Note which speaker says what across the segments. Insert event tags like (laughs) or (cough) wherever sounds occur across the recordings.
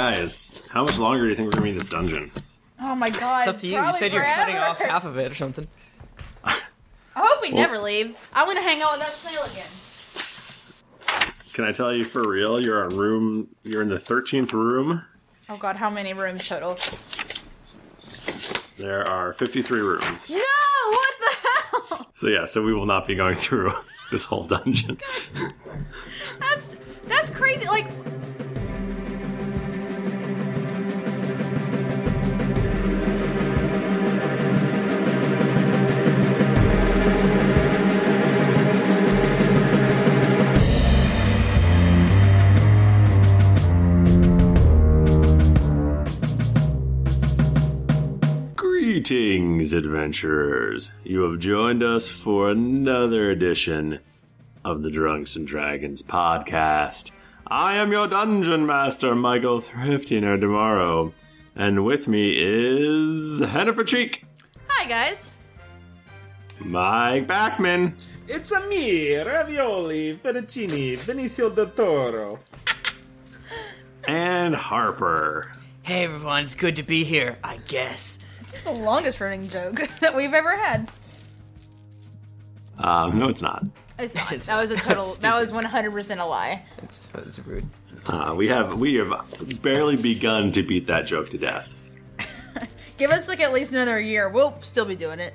Speaker 1: Guys, how much longer do you think we're gonna be in this dungeon?
Speaker 2: Oh my god.
Speaker 3: It's up to you. You
Speaker 2: probably
Speaker 3: said you were cutting
Speaker 2: forever.
Speaker 3: off half of it or something.
Speaker 2: I hope we
Speaker 1: Well-
Speaker 2: never leave. I want to hang out with that snail again.
Speaker 1: Can I tell you for real? You're on room. You're in the thirteenth room.
Speaker 2: Oh god, how many rooms total?
Speaker 1: There are fifty-three rooms.
Speaker 2: No, what the hell?
Speaker 1: So yeah, so we will not be going (laughs) through this whole dungeon.
Speaker 2: That's that's crazy. Like
Speaker 1: Greetings, adventurers! You have joined us for another edition of the Drunks and Dragons podcast. I am your dungeon master, Michael Thriftiner Tomorrow, and with me is Hennifer Cheek,
Speaker 2: Hi guys.
Speaker 1: Mike Backman,
Speaker 4: It's a me, ravioli, fettuccine, Benicio del Toro.
Speaker 1: and Harper.
Speaker 3: Hey everyone, it's good to be here, I guess.
Speaker 2: This is the longest running joke (laughs) that we've ever had.
Speaker 1: Um, no, it's not.
Speaker 2: It's not.
Speaker 3: It's
Speaker 2: that was a
Speaker 3: not. (laughs)
Speaker 2: total
Speaker 3: That's
Speaker 2: that was one hundred percent a lie.
Speaker 3: It's, it's rude.
Speaker 1: Uh, we have we have barely begun to beat that joke to death.
Speaker 2: Give us like at least another year. We'll still be doing it.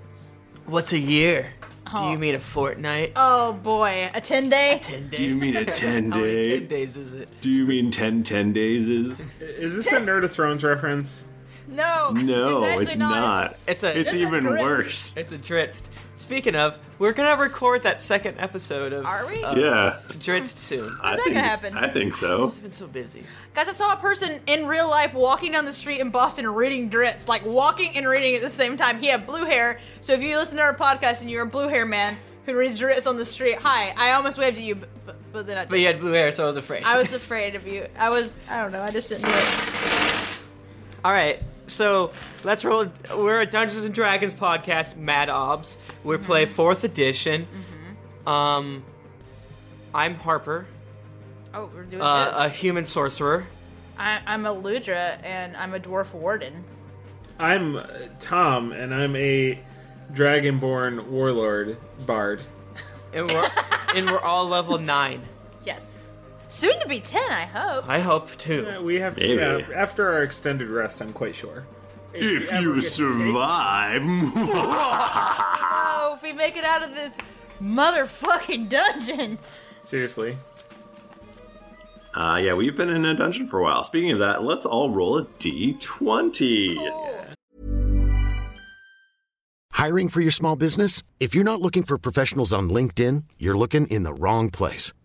Speaker 3: What's a year? Do
Speaker 2: Oh.
Speaker 3: you mean a fortnight?
Speaker 2: Oh boy. A ten day?
Speaker 3: Ten days?
Speaker 1: Do you
Speaker 3: (laughs)
Speaker 1: mean a ten
Speaker 3: How many ten
Speaker 1: day?
Speaker 3: days is it?
Speaker 1: Do you mean 10 10 days? Is
Speaker 4: Is this a Nerd of Thrones reference?
Speaker 2: No.
Speaker 1: no,
Speaker 2: actually
Speaker 1: it's not.
Speaker 3: It's a
Speaker 1: It's
Speaker 3: it's,
Speaker 1: even
Speaker 2: Chris.
Speaker 1: worse.
Speaker 3: a dritz. Speaking of, we're gonna record that second episode of
Speaker 2: Are we?
Speaker 3: of
Speaker 1: Yeah,
Speaker 3: Dritz soon.
Speaker 1: I
Speaker 2: that
Speaker 1: think
Speaker 2: gonna happen?
Speaker 1: I think so.
Speaker 3: It's been so busy.
Speaker 2: Guys, I saw a person in real life walking down the street in Boston reading Dritz, like walking and reading at the same time. He had blue hair. So if you listen to our podcast and you're a blue hair man who reads Dritz on the street, hi, I almost waved at you, but, but, but then I,
Speaker 3: But you had blue hair, so I was afraid.
Speaker 2: I was afraid of you. I was, I don't know, I just didn't do it.
Speaker 3: All right, so let's roll. We're a Dungeons and Dragons podcast, Mad Obs. We play
Speaker 2: Mm-hmm.
Speaker 3: fourth edition. Um, I'm Harper,
Speaker 2: Oh, we're doing
Speaker 3: uh, a
Speaker 2: this.
Speaker 3: human sorcerer.
Speaker 2: I, I'm a Ludra and I'm a dwarf warden.
Speaker 4: I'm uh, Tom, and I'm a Dragonborn warlord bard.
Speaker 3: (laughs) and we're and we're all level nine.
Speaker 2: Yes. Soon to be 10, I hope.
Speaker 3: I hope
Speaker 4: Uh,
Speaker 3: too.
Speaker 4: We have to,
Speaker 1: Maybe.
Speaker 4: yeah, after our extended rest, I'm quite sure.
Speaker 1: If
Speaker 4: ever
Speaker 1: you
Speaker 4: get to
Speaker 1: survive, Uh,
Speaker 2: Oh, if we make it out of this motherfucking dungeon.
Speaker 4: Seriously.
Speaker 1: uh, yeah, we've been in a dungeon for a while. Speaking of that, let's all roll a d twenty.
Speaker 2: Cool.
Speaker 5: Hiring for your small business? If you're not looking for professionals on LinkedIn, you're looking in the wrong place.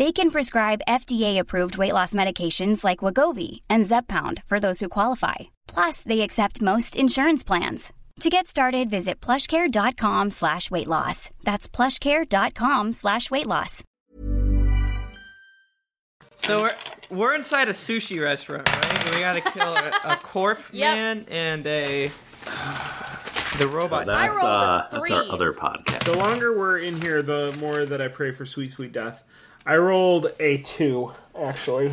Speaker 6: They can prescribe FDA-approved weight loss medications like Wagovi and Zepbound for those who qualify. Plus, they accept most insurance plans. To get started, visit plushcare.com slash weight loss. That's plushcare.com slash weight loss.
Speaker 3: So we're we're inside a sushi restaurant, right? And we gotta kill a,
Speaker 2: (laughs)
Speaker 3: a corp
Speaker 2: Yep.
Speaker 3: man and a the robot.
Speaker 1: That's
Speaker 2: rolled a
Speaker 1: uh, that's our
Speaker 2: three.
Speaker 1: other podcast.
Speaker 4: The longer we're in here, the more that I pray for sweet, sweet death. I rolled a two, actually.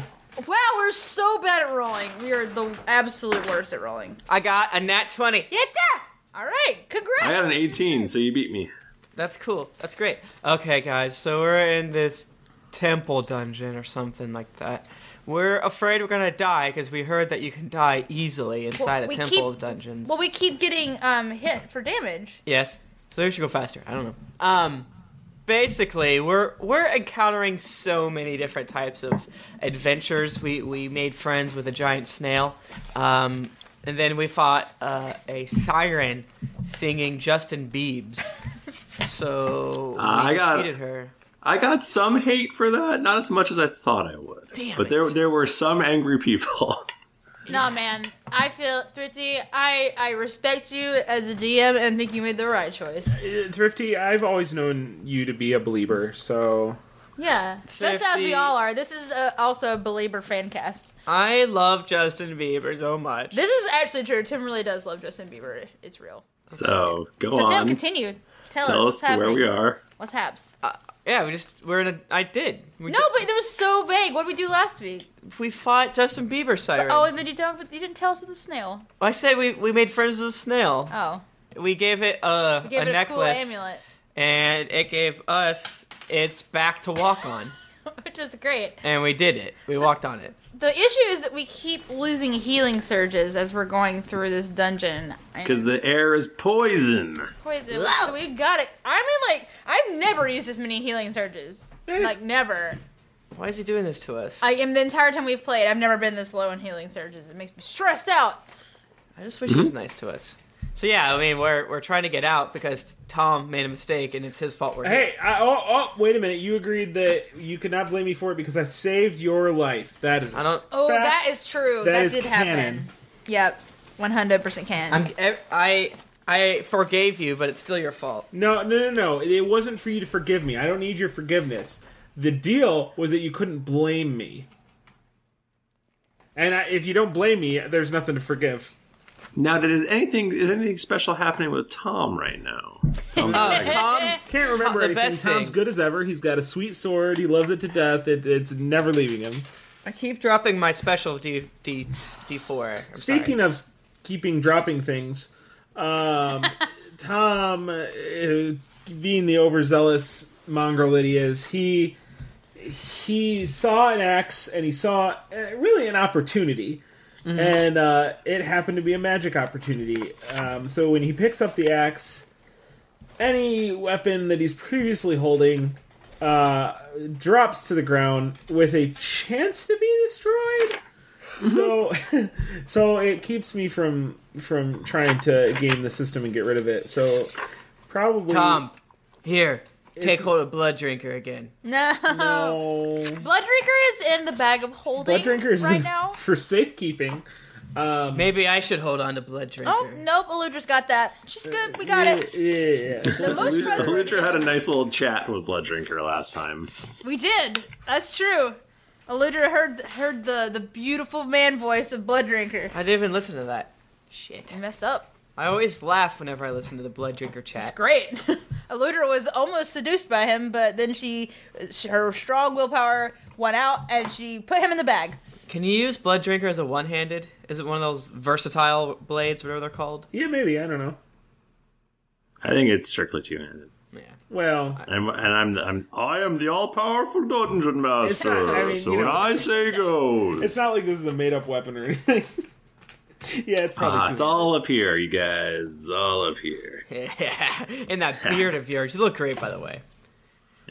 Speaker 2: Wow, we're so bad at rolling. We are the absolute worst at rolling.
Speaker 3: I got a nat twenty.
Speaker 2: Get that! All right, congrats.
Speaker 1: I got an 18, so you beat me.
Speaker 3: That's cool. That's great. Okay, guys, so we're in this temple dungeon or something like that. We're afraid we're gonna die because we heard that you can die easily inside
Speaker 2: we
Speaker 3: a temple
Speaker 2: keep-
Speaker 3: dungeons.
Speaker 2: Well, we keep getting um hit for damage.
Speaker 3: Yes. So we should go faster. I don't know. Um, basically, we're we're encountering so many different types of adventures. We we made friends with a giant snail, um, and then we fought uh, a siren singing Justin Biebs. So
Speaker 1: (laughs)
Speaker 3: we
Speaker 1: I got-
Speaker 3: defeated her.
Speaker 1: I got some hate for that, not as much as I thought I would.
Speaker 3: Damn
Speaker 1: but
Speaker 3: it.
Speaker 1: there there were some angry people. (laughs)
Speaker 2: Nah, man. I feel thrifty. I I respect you as a DM and think you made the right choice.
Speaker 4: Uh, Thrifty, I've always known you to be a believer, so
Speaker 2: Yeah, just as we
Speaker 3: 50.
Speaker 2: all are. This is uh also a belieber fan cast.
Speaker 3: I love Justin Bieber so much.
Speaker 2: This is actually true. Tim really does love Justin Bieber. It's real.
Speaker 1: so go
Speaker 2: So Tim,
Speaker 1: on.
Speaker 2: continue. Tell,
Speaker 1: Tell
Speaker 2: us,
Speaker 1: us
Speaker 2: what's
Speaker 1: where
Speaker 2: happening.
Speaker 1: we are.
Speaker 2: What's haps?
Speaker 3: Uh, yeah, we just we're in a. I did. We
Speaker 2: no, but it was so vague. What did we do last week?
Speaker 3: but we fought Justin Bieber siren.
Speaker 2: Oh, and then you don't. You didn't tell us about the snail.
Speaker 3: I said we, we made friends with a snail.
Speaker 2: Oh,
Speaker 3: We gave it a
Speaker 2: you gave
Speaker 3: a
Speaker 2: it a
Speaker 3: necklace.
Speaker 2: cool amulet, (laughs)
Speaker 3: and it gave us its back to walk on,
Speaker 2: which was great.
Speaker 3: and we did it. We walked on it.
Speaker 2: The issue is that we keep losing healing surges as we're going through this dungeon.
Speaker 1: Because the air is poison.
Speaker 2: poison. So we got it. I mean, like I've never used this many healing surges.
Speaker 3: Eh.
Speaker 2: Like never.
Speaker 3: Why is he doing this to us? I,
Speaker 2: I am the entire time we've played. I've never been this low in healing surges. It makes me stressed out.
Speaker 3: just wish he was nice to us. So yeah, I mean, we're we're trying to get out because Tom made a mistake, and it's his fault. We're here.
Speaker 4: hey, I, oh, oh, wait a minute. You agreed that you could not blame me for it because I saved your life. That is,
Speaker 3: I don't.
Speaker 2: (laughs) Oh,
Speaker 4: Fact.
Speaker 2: that is true. That,
Speaker 4: That is
Speaker 2: did happen.
Speaker 4: canon.
Speaker 2: Yep, one hundred percent canon.
Speaker 3: I'm, I I forgave you, but it's still your fault.
Speaker 4: no, no, no, no. It wasn't for you to forgive me. I don't need your forgiveness. The deal was that you couldn't blame me, and I, if you don't blame me, there's nothing to forgive.
Speaker 1: Now, did is anything is anything special happening with Tom right now?
Speaker 4: Oh,
Speaker 1: Tom,
Speaker 3: Uh, Tom,
Speaker 4: Can't remember
Speaker 3: the
Speaker 4: anything.
Speaker 3: best
Speaker 4: Tom's
Speaker 3: thing.
Speaker 4: good as ever. He's got a sweet sword. He loves it to death. It, it's never leaving him.
Speaker 3: I keep dropping my special D D D four.
Speaker 4: Speaking of s- keeping dropping things, um, Tom, uh, being the overzealous mongrel that he is, he he saw an axe and he saw uh, really an opportunity, and uh, it happened to be a magic opportunity. Um, so when he picks up the axe, any weapon that he's previously holding. Uh, drops to the ground with a chance to be destroyed. So (laughs) So it keeps me from from trying to game the system and get rid of it. So probably
Speaker 3: Tom, here, take hold of Blood Drinker again.
Speaker 2: (laughs) no.
Speaker 4: no.
Speaker 2: Blood drinker is in the bag of holding
Speaker 4: Blood drinkers (laughs)
Speaker 2: right now.
Speaker 4: for safekeeping. Um,
Speaker 3: Maybe I should hold on to Blood Drinker.
Speaker 2: Oh nope, Eludra's got that. She's good. We got
Speaker 4: Uh, Yeah,
Speaker 2: it.
Speaker 4: yeah, yeah. (laughs)
Speaker 2: The most trustworthy.
Speaker 1: Lutra had a nice little chat with Blood Drinker last time.
Speaker 2: We did. That's true. Eludra heard heard the the beautiful man voice of Blood Drinker.
Speaker 3: I didn't even listen to that. Shit.
Speaker 2: I messed up.
Speaker 3: I always laugh whenever I listen to the Blood Drinker chat.
Speaker 2: It's great. (laughs) Eludra was almost seduced by him, but then she, she her strong willpower won out, and she put him in the bag.
Speaker 3: Can you use Blood Drinker as a one handed? Is it one of those versatile blades, whatever they're called?
Speaker 4: yeah, maybe I don't
Speaker 3: (laughs)
Speaker 4: know.
Speaker 1: I think it's strictly two handed.
Speaker 3: Yeah.
Speaker 4: Well,
Speaker 1: And I'm, the, I'm I am the all powerful dungeon master.
Speaker 4: not- I mean,
Speaker 1: so
Speaker 4: you
Speaker 1: what
Speaker 4: know-
Speaker 1: I say goes.
Speaker 4: it's not like this is a made up weapon or anything. (laughs) yeah, it's probably
Speaker 1: Ah,
Speaker 4: too
Speaker 1: it's all up here, you guys. All up here.
Speaker 3: and that beard of yours. You look great, by the way.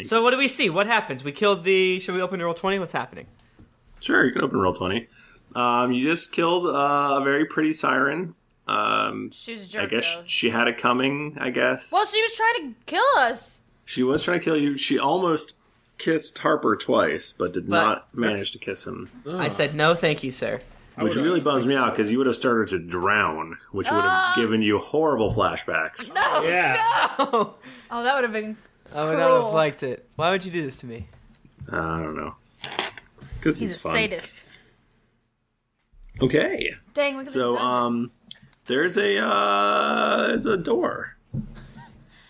Speaker 3: So, what do we see? What happens? We killed the. Should we open roll 20? What's happening?
Speaker 1: Sure, you can open roll twenty. Um, you just killed uh, a very pretty siren. Um,
Speaker 2: She was a
Speaker 1: I
Speaker 2: jerk.
Speaker 1: guess
Speaker 2: though.
Speaker 1: she had it coming. I guess
Speaker 2: well, she was trying to kill us.
Speaker 1: she was trying to kill you. She almost kissed Harper twice, but did
Speaker 3: But-
Speaker 1: not manage to kiss him.
Speaker 3: I said no, thank you, sir.
Speaker 1: Which really bums me out because you would have started to drown, which would have given you horrible flashbacks.
Speaker 4: yeah.
Speaker 2: Oh, that would have been.
Speaker 3: I would not
Speaker 2: Cruel.
Speaker 3: have liked it. Why would you do this to me?
Speaker 1: I don't know. Because he's,
Speaker 2: He's a
Speaker 1: fun.
Speaker 2: sadist.
Speaker 1: Okay.
Speaker 2: Dang, look at
Speaker 1: So
Speaker 2: this. dog.
Speaker 1: um, there's a uh, there's a door.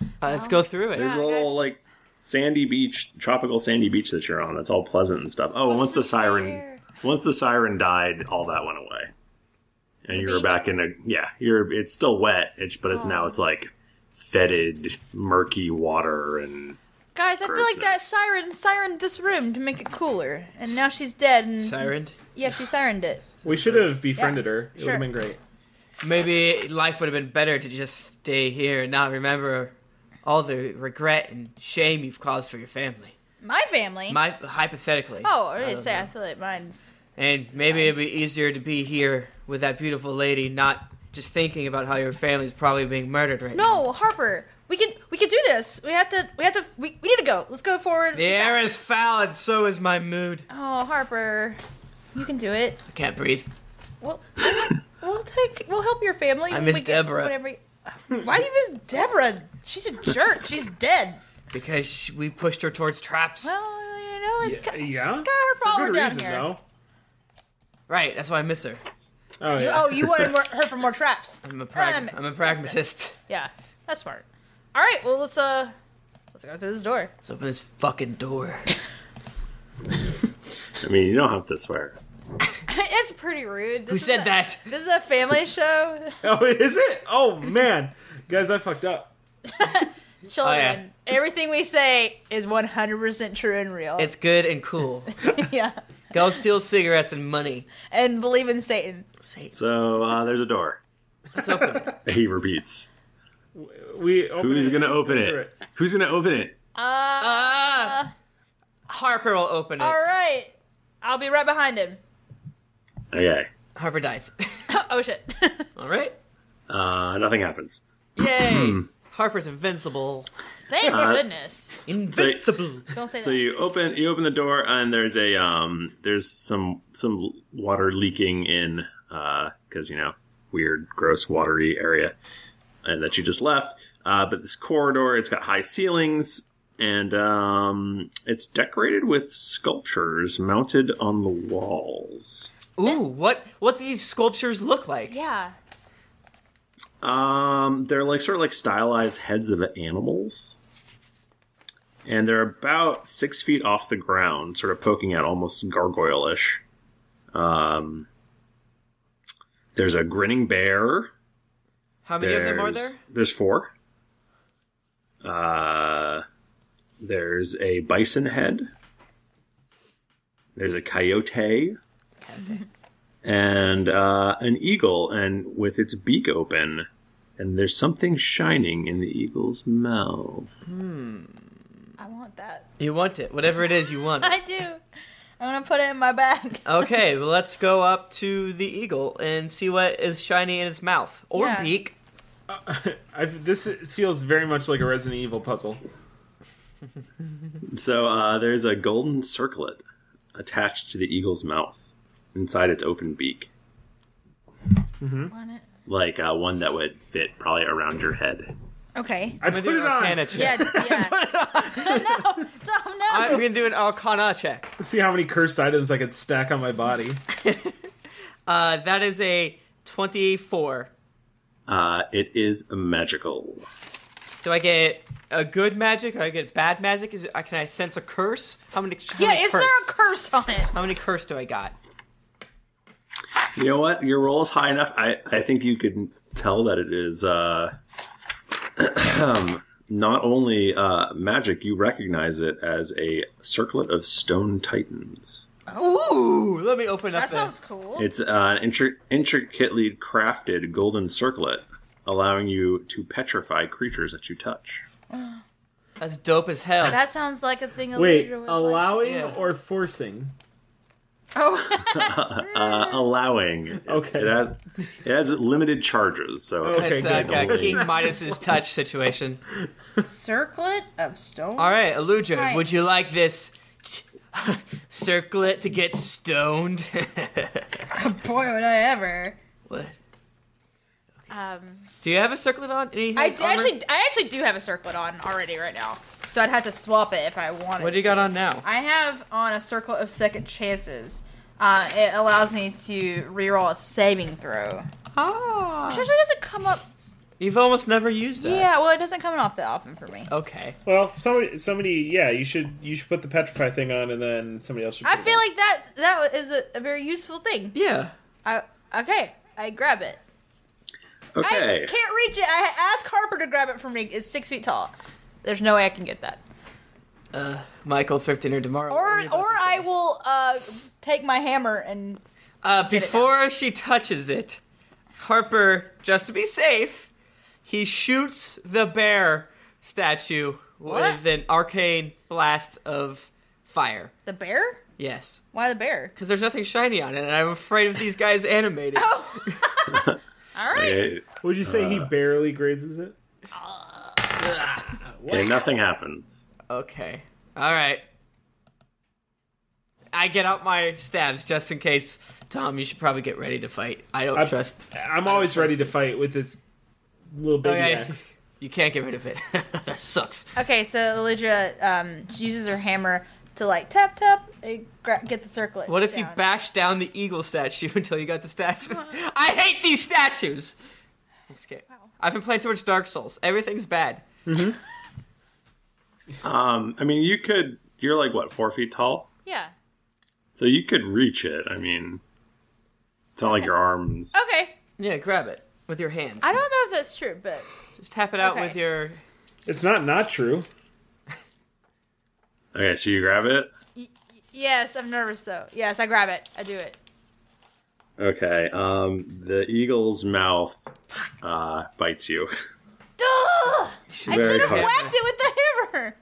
Speaker 3: Uh, let's go through it.
Speaker 1: There's a little like sandy beach, tropical sandy beach that you're on. That's all pleasant and stuff. Oh, and once the siren, once the siren died, all that went away, and you were
Speaker 2: beach? Oh.
Speaker 1: back in a yeah. You're it's still wet, it's, but it's now it's like fetid, murky water, and
Speaker 2: Guys, I feel like
Speaker 1: grossness.
Speaker 2: that siren sirened this room to make it cooler, and now she's dead. And
Speaker 3: Sirened.
Speaker 2: yeah, she sirened it.
Speaker 4: We should have befriended
Speaker 2: Yeah,
Speaker 4: her. It would
Speaker 2: sure.
Speaker 4: have been great.
Speaker 3: Maybe life would have been better to just stay here and not remember all the regret and shame you've caused for your family.
Speaker 2: My family.
Speaker 3: My hypothetically.
Speaker 2: oh, I
Speaker 3: I
Speaker 2: was gonna
Speaker 3: don't
Speaker 2: say
Speaker 3: know.
Speaker 2: I feel like mine's.
Speaker 3: And maybe it'd be easier to be here with that beautiful lady, not just thinking about how your family's probably being murdered right now.
Speaker 2: No, Harper. We can we can do this. We have to we have to we, we need to go. Let's go forward.
Speaker 3: The air is foul, and so is my mood.
Speaker 2: Oh, Harper, you can do it.
Speaker 3: I can't breathe.
Speaker 2: We'll, we'll take we'll help your family.
Speaker 3: I
Speaker 2: when
Speaker 3: miss
Speaker 2: we get-
Speaker 3: Deborah.
Speaker 2: whenever you- Why do you miss Deborah? She's a
Speaker 3: (laughs)
Speaker 2: jerk. She's dead.
Speaker 3: Because sh- we pushed her towards traps.
Speaker 2: Well, you know, it's ki-
Speaker 4: Yeah.
Speaker 2: she's got her
Speaker 4: For
Speaker 2: follower
Speaker 4: good
Speaker 2: down
Speaker 4: reason,
Speaker 2: here.
Speaker 4: though.
Speaker 3: right, that's why I miss her.
Speaker 4: Oh,
Speaker 2: You-
Speaker 4: yeah.
Speaker 2: oh, you
Speaker 3: (laughs)
Speaker 2: wanted more, her for more traps.
Speaker 3: I'm a, prag-
Speaker 2: Um,
Speaker 3: I'm a pragmatist.
Speaker 2: Yeah, that's smart. All right, well let's uh let's go through this door. (laughs)
Speaker 3: Let's open this fucking door.
Speaker 1: I mean you don't have to swear.
Speaker 2: it's pretty rude. This
Speaker 3: Who
Speaker 2: is
Speaker 3: said
Speaker 2: a-
Speaker 3: that?
Speaker 2: This is
Speaker 3: (laughs)
Speaker 2: a family show.
Speaker 4: Oh, (laughs) is it? Oh, man. Guys, I fucked up.
Speaker 2: Children, everything we say is 100% true and real.
Speaker 3: It's good and cool.
Speaker 2: (laughs) yeah,
Speaker 3: Go steal cigarettes and money.
Speaker 2: and believe in Satan.
Speaker 1: So uh, there's a door.
Speaker 3: Let's open it.
Speaker 1: He repeats.
Speaker 4: We oh, opened
Speaker 1: Who's
Speaker 4: it.
Speaker 1: gonna
Speaker 4: Go
Speaker 1: open
Speaker 4: through
Speaker 1: it? Who's gonna open it?
Speaker 3: Ah! Harper will open it.
Speaker 2: Uh, All right, I'll be right behind him. (laughs)
Speaker 1: Okay.
Speaker 3: Harper dies. (laughs)
Speaker 2: Oh shit.
Speaker 3: All right.
Speaker 1: Uh, nothing happens. Hmm.
Speaker 3: Yay! Harper's invincible.
Speaker 2: Thank goodness.
Speaker 3: Invincible.
Speaker 2: Don't say
Speaker 1: So
Speaker 2: that.
Speaker 1: you open you open the door and there's a um there's some some water leaking in uh because you know weird gross watery area and that you just left uh but this corridor it's got high ceilings and um it's decorated with sculptures mounted on the walls
Speaker 3: Ooh, what what these sculptures look like?
Speaker 2: Yeah.
Speaker 1: Um, they're like sort of like stylized heads of animals, and they're about six feet off the ground, sort of poking out, almost gargoyle-ish. Um, there's a grinning bear.
Speaker 3: How many
Speaker 1: There's,
Speaker 3: of them are there?
Speaker 1: There's four. Uh, there's a bison head. There's a coyote. And uh, an eagle, and with its beak open, and there's something shining in the eagle's mouth.
Speaker 2: I want that.
Speaker 3: Hmm. You want it. Whatever it is, you want it.
Speaker 2: (laughs) I do. I'm gonna put it in my bag. (laughs)
Speaker 3: Okay, (laughs) well, let's go up to the eagle and see what is shiny in its mouth or
Speaker 2: Yeah.
Speaker 3: beak.
Speaker 4: Uh, (laughs) I've, this feels very much like a Resident Evil puzzle.
Speaker 1: So uh, there's a golden circlet attached to the eagle's mouth inside its open beak,
Speaker 4: Mm-hmm.
Speaker 2: Want it?
Speaker 1: like uh, one that would fit probably around your head.
Speaker 2: Okay.
Speaker 4: I put
Speaker 3: do
Speaker 4: it
Speaker 3: an
Speaker 4: on.
Speaker 3: Arcana check.
Speaker 2: Yeah,
Speaker 3: (laughs)
Speaker 2: yeah. (laughs) no, Tom, no.
Speaker 3: I'm gonna do an Arcana check.
Speaker 4: See how many cursed items I could stack on my body.
Speaker 3: Uh, that is a 24.
Speaker 1: Uh, it is magical.
Speaker 3: Do I get a good magic or I get bad magic? Is it, uh, can I sense a curse? How many? How
Speaker 2: yeah,
Speaker 3: many
Speaker 2: is
Speaker 3: curse?
Speaker 2: there a curse on it?
Speaker 3: How many curse do I got?
Speaker 1: You know what? Your roll is high enough. I, I think you can tell that it is uh, (clears throat) not only uh, magic, you recognize it as a circlet of stone titans.
Speaker 3: Ooh, let me open up.
Speaker 2: Oh. That
Speaker 3: the-
Speaker 2: sounds cool.
Speaker 1: It's uh, an intri- intricately crafted golden circlet, allowing you to petrify creatures that you touch. (laughs)
Speaker 2: (laughs)
Speaker 3: (laughs) That's dope as hell.
Speaker 2: That sounds like a thing a
Speaker 4: Wait,
Speaker 2: leader would
Speaker 4: allowing
Speaker 3: Yeah.
Speaker 4: or forcing?
Speaker 1: uh, allowing. It's-
Speaker 4: Okay.
Speaker 1: It has, it has limited charges, so
Speaker 4: Okay,
Speaker 3: It's like
Speaker 4: good.
Speaker 3: a King Midas's touch situation.
Speaker 4: (laughs)
Speaker 2: Circlet of stone.
Speaker 3: All right, Aludra,
Speaker 2: Right.
Speaker 3: would you like this (laughs) t- circlet to get stoned?
Speaker 2: (laughs)
Speaker 3: (laughs)
Speaker 2: Boy, would I ever.
Speaker 3: what?
Speaker 2: Um,
Speaker 3: Do you have a circlet on? Any
Speaker 2: I do
Speaker 3: armor?
Speaker 2: actually, I actually do have a circlet on already right now, so I'd have to swap it if I wanted.
Speaker 3: What do you
Speaker 2: to.
Speaker 3: got on now?
Speaker 2: I have on a circlet of second chances. Uh, it allows me to reroll a saving throw.
Speaker 3: Ah,
Speaker 2: Actually, doesn't come up.
Speaker 3: you've almost never used that.
Speaker 2: Yeah, well, it doesn't come off that often for me.
Speaker 3: Okay.
Speaker 4: Well, somebody, somebody, yeah, you should you should put the petrify thing on, and then somebody else should.
Speaker 2: I
Speaker 4: put it
Speaker 2: feel
Speaker 4: on.
Speaker 2: like that that is a, a very useful thing.
Speaker 3: Yeah.
Speaker 2: I okay, I grab it.
Speaker 1: okay.
Speaker 2: I can't reach it. I asked Harper to grab it for me. It's six feet tall. There's no way I can get that.
Speaker 3: Uh, Michael, thrifty or tomorrow.
Speaker 2: Or or I will uh, take my hammer and
Speaker 3: Uh,
Speaker 2: it
Speaker 3: before she touches it, Harper, just to be safe, he shoots the bear statue
Speaker 2: What?
Speaker 3: with an arcane blast of fire.
Speaker 2: the bear.
Speaker 3: Yes.
Speaker 2: Why the bear?
Speaker 3: Because there's nothing shiny on it, and I'm afraid of these
Speaker 2: (laughs)
Speaker 3: guys animated.
Speaker 2: Oh.
Speaker 3: (laughs)
Speaker 2: All right.
Speaker 1: Okay,
Speaker 4: (laughs) Would you say he barely grazes it?
Speaker 1: okay, nothing happens.
Speaker 3: Okay. All right. I get out my stabs just in case. Tom, you should probably get ready to fight. I don't
Speaker 4: I-
Speaker 3: trust. Oh,
Speaker 4: I'm always ready to fight with this little baby
Speaker 3: Okay.
Speaker 4: axe.
Speaker 3: You can't get rid of it. (laughs) that sucks.
Speaker 2: Okay, so Elidra um, she uses her hammer to like tap tap and gra- get the circlet.
Speaker 3: What if you
Speaker 2: down.
Speaker 3: bash down the eagle statue (laughs) until you got the statue? (laughs) I hate these statues. I'm just kidding. I've been playing too much Dark Souls. Everything's bad.
Speaker 1: Um, I mean, you could. You're like what, four feet tall?
Speaker 2: Yeah.
Speaker 1: So you could reach it. I mean, it's not like your arms.
Speaker 2: Okay.
Speaker 3: Yeah, grab it with your hands.
Speaker 2: I don't know if that's true, but
Speaker 3: Just tap it out
Speaker 2: Okay.
Speaker 3: with your.
Speaker 4: It's not not true.
Speaker 1: Okay, so you grab it.
Speaker 2: yes, I'm nervous though. Yes, I grab it. I do it.
Speaker 1: Okay. Um, the eagle's mouth uh, bites you. (laughs)
Speaker 2: Duh! I should
Speaker 1: Very
Speaker 2: have
Speaker 1: clever.
Speaker 2: whacked it